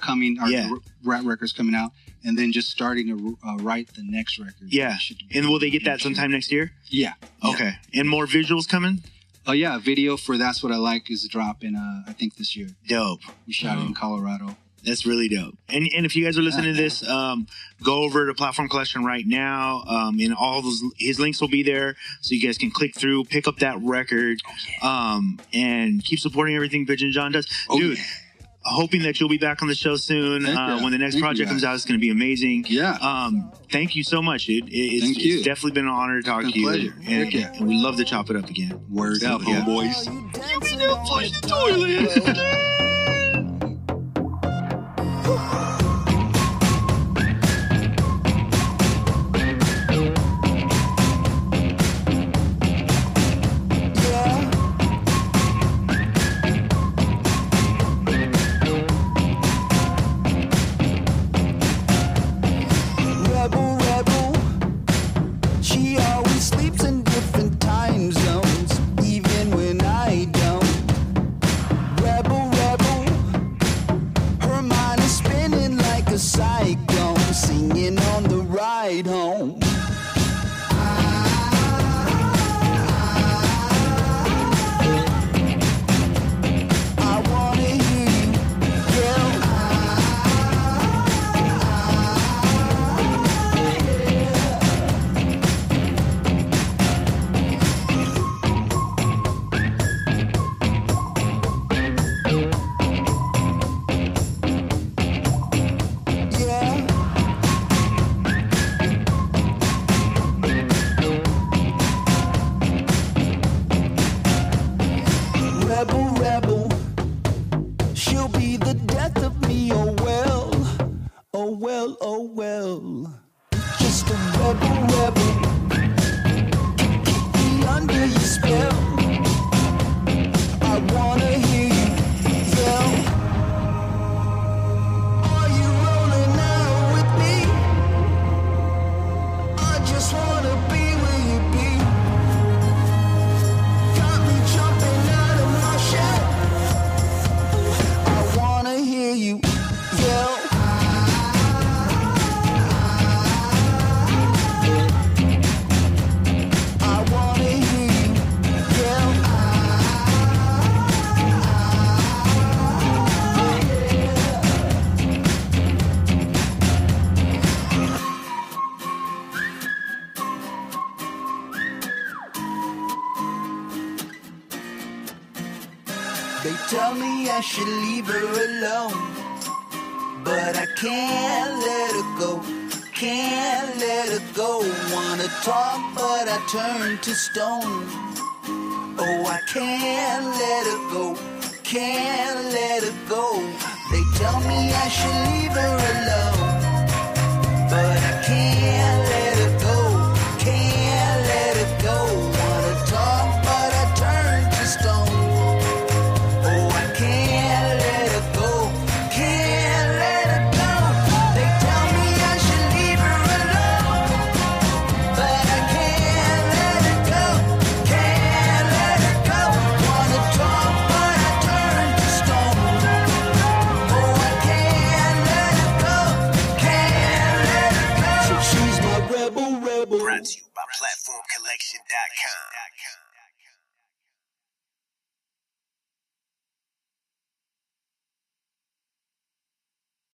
coming, our
Yeah.
rap records coming out. And then just starting to uh, write the next record.
Yeah.
Should be-
And will they get that sometime next year?
Yeah.
Okay. And more visuals coming?
Oh yeah, a video for "That's What I Like" is dropping. Uh, I think this year
Dope.
we shot it in Colorado.
That's really dope. And and if you guys are listening to this, um, go over to Platform Collection right now. Um, and all those his links will be there, so you guys can click through, pick up that record,
Oh,
um, and keep supporting everything Pigeon John does,
Oh,
dude. Hoping that you'll be back on the show soon.
Thank
Uh,
you.
when the next
Thank you,
project comes
guys.
out, it's going to be amazing.
Yeah.
Um, thank you so much, dude. It, it's,
Thank you.
it's definitely been an honor to talk
It's
to
been
you.
a pleasure.
And,
Heck yeah.
and we love to chop it up again.
Word
up,
yeah.
homeboys.
Rebel, rebel. She always sleeps in different time zones, even when I don't. Rebel, rebel. Her mind is spinning like a cyclone, singing on the ride home. I wanna hear you yell. oh They tell me I should leave her alone. But I can't let her go. Can't let her go. Wanna talk, but I turn to stone. Oh, I can't let her go. Can't let her go. They tell me I should leave her alone. But I can't let her go. Can't let her go. Wanna talk, but I turn to stone. Oh, I can't let her go. Can't let her go. They tell me I should leave her alone. But I can't let her go. Can't let her go. Wanna talk, but I turn to stone. Oh, I can't let her go. Can't let her go. She's my rebel, rebel.
Brought to you by PlatformCollection.com.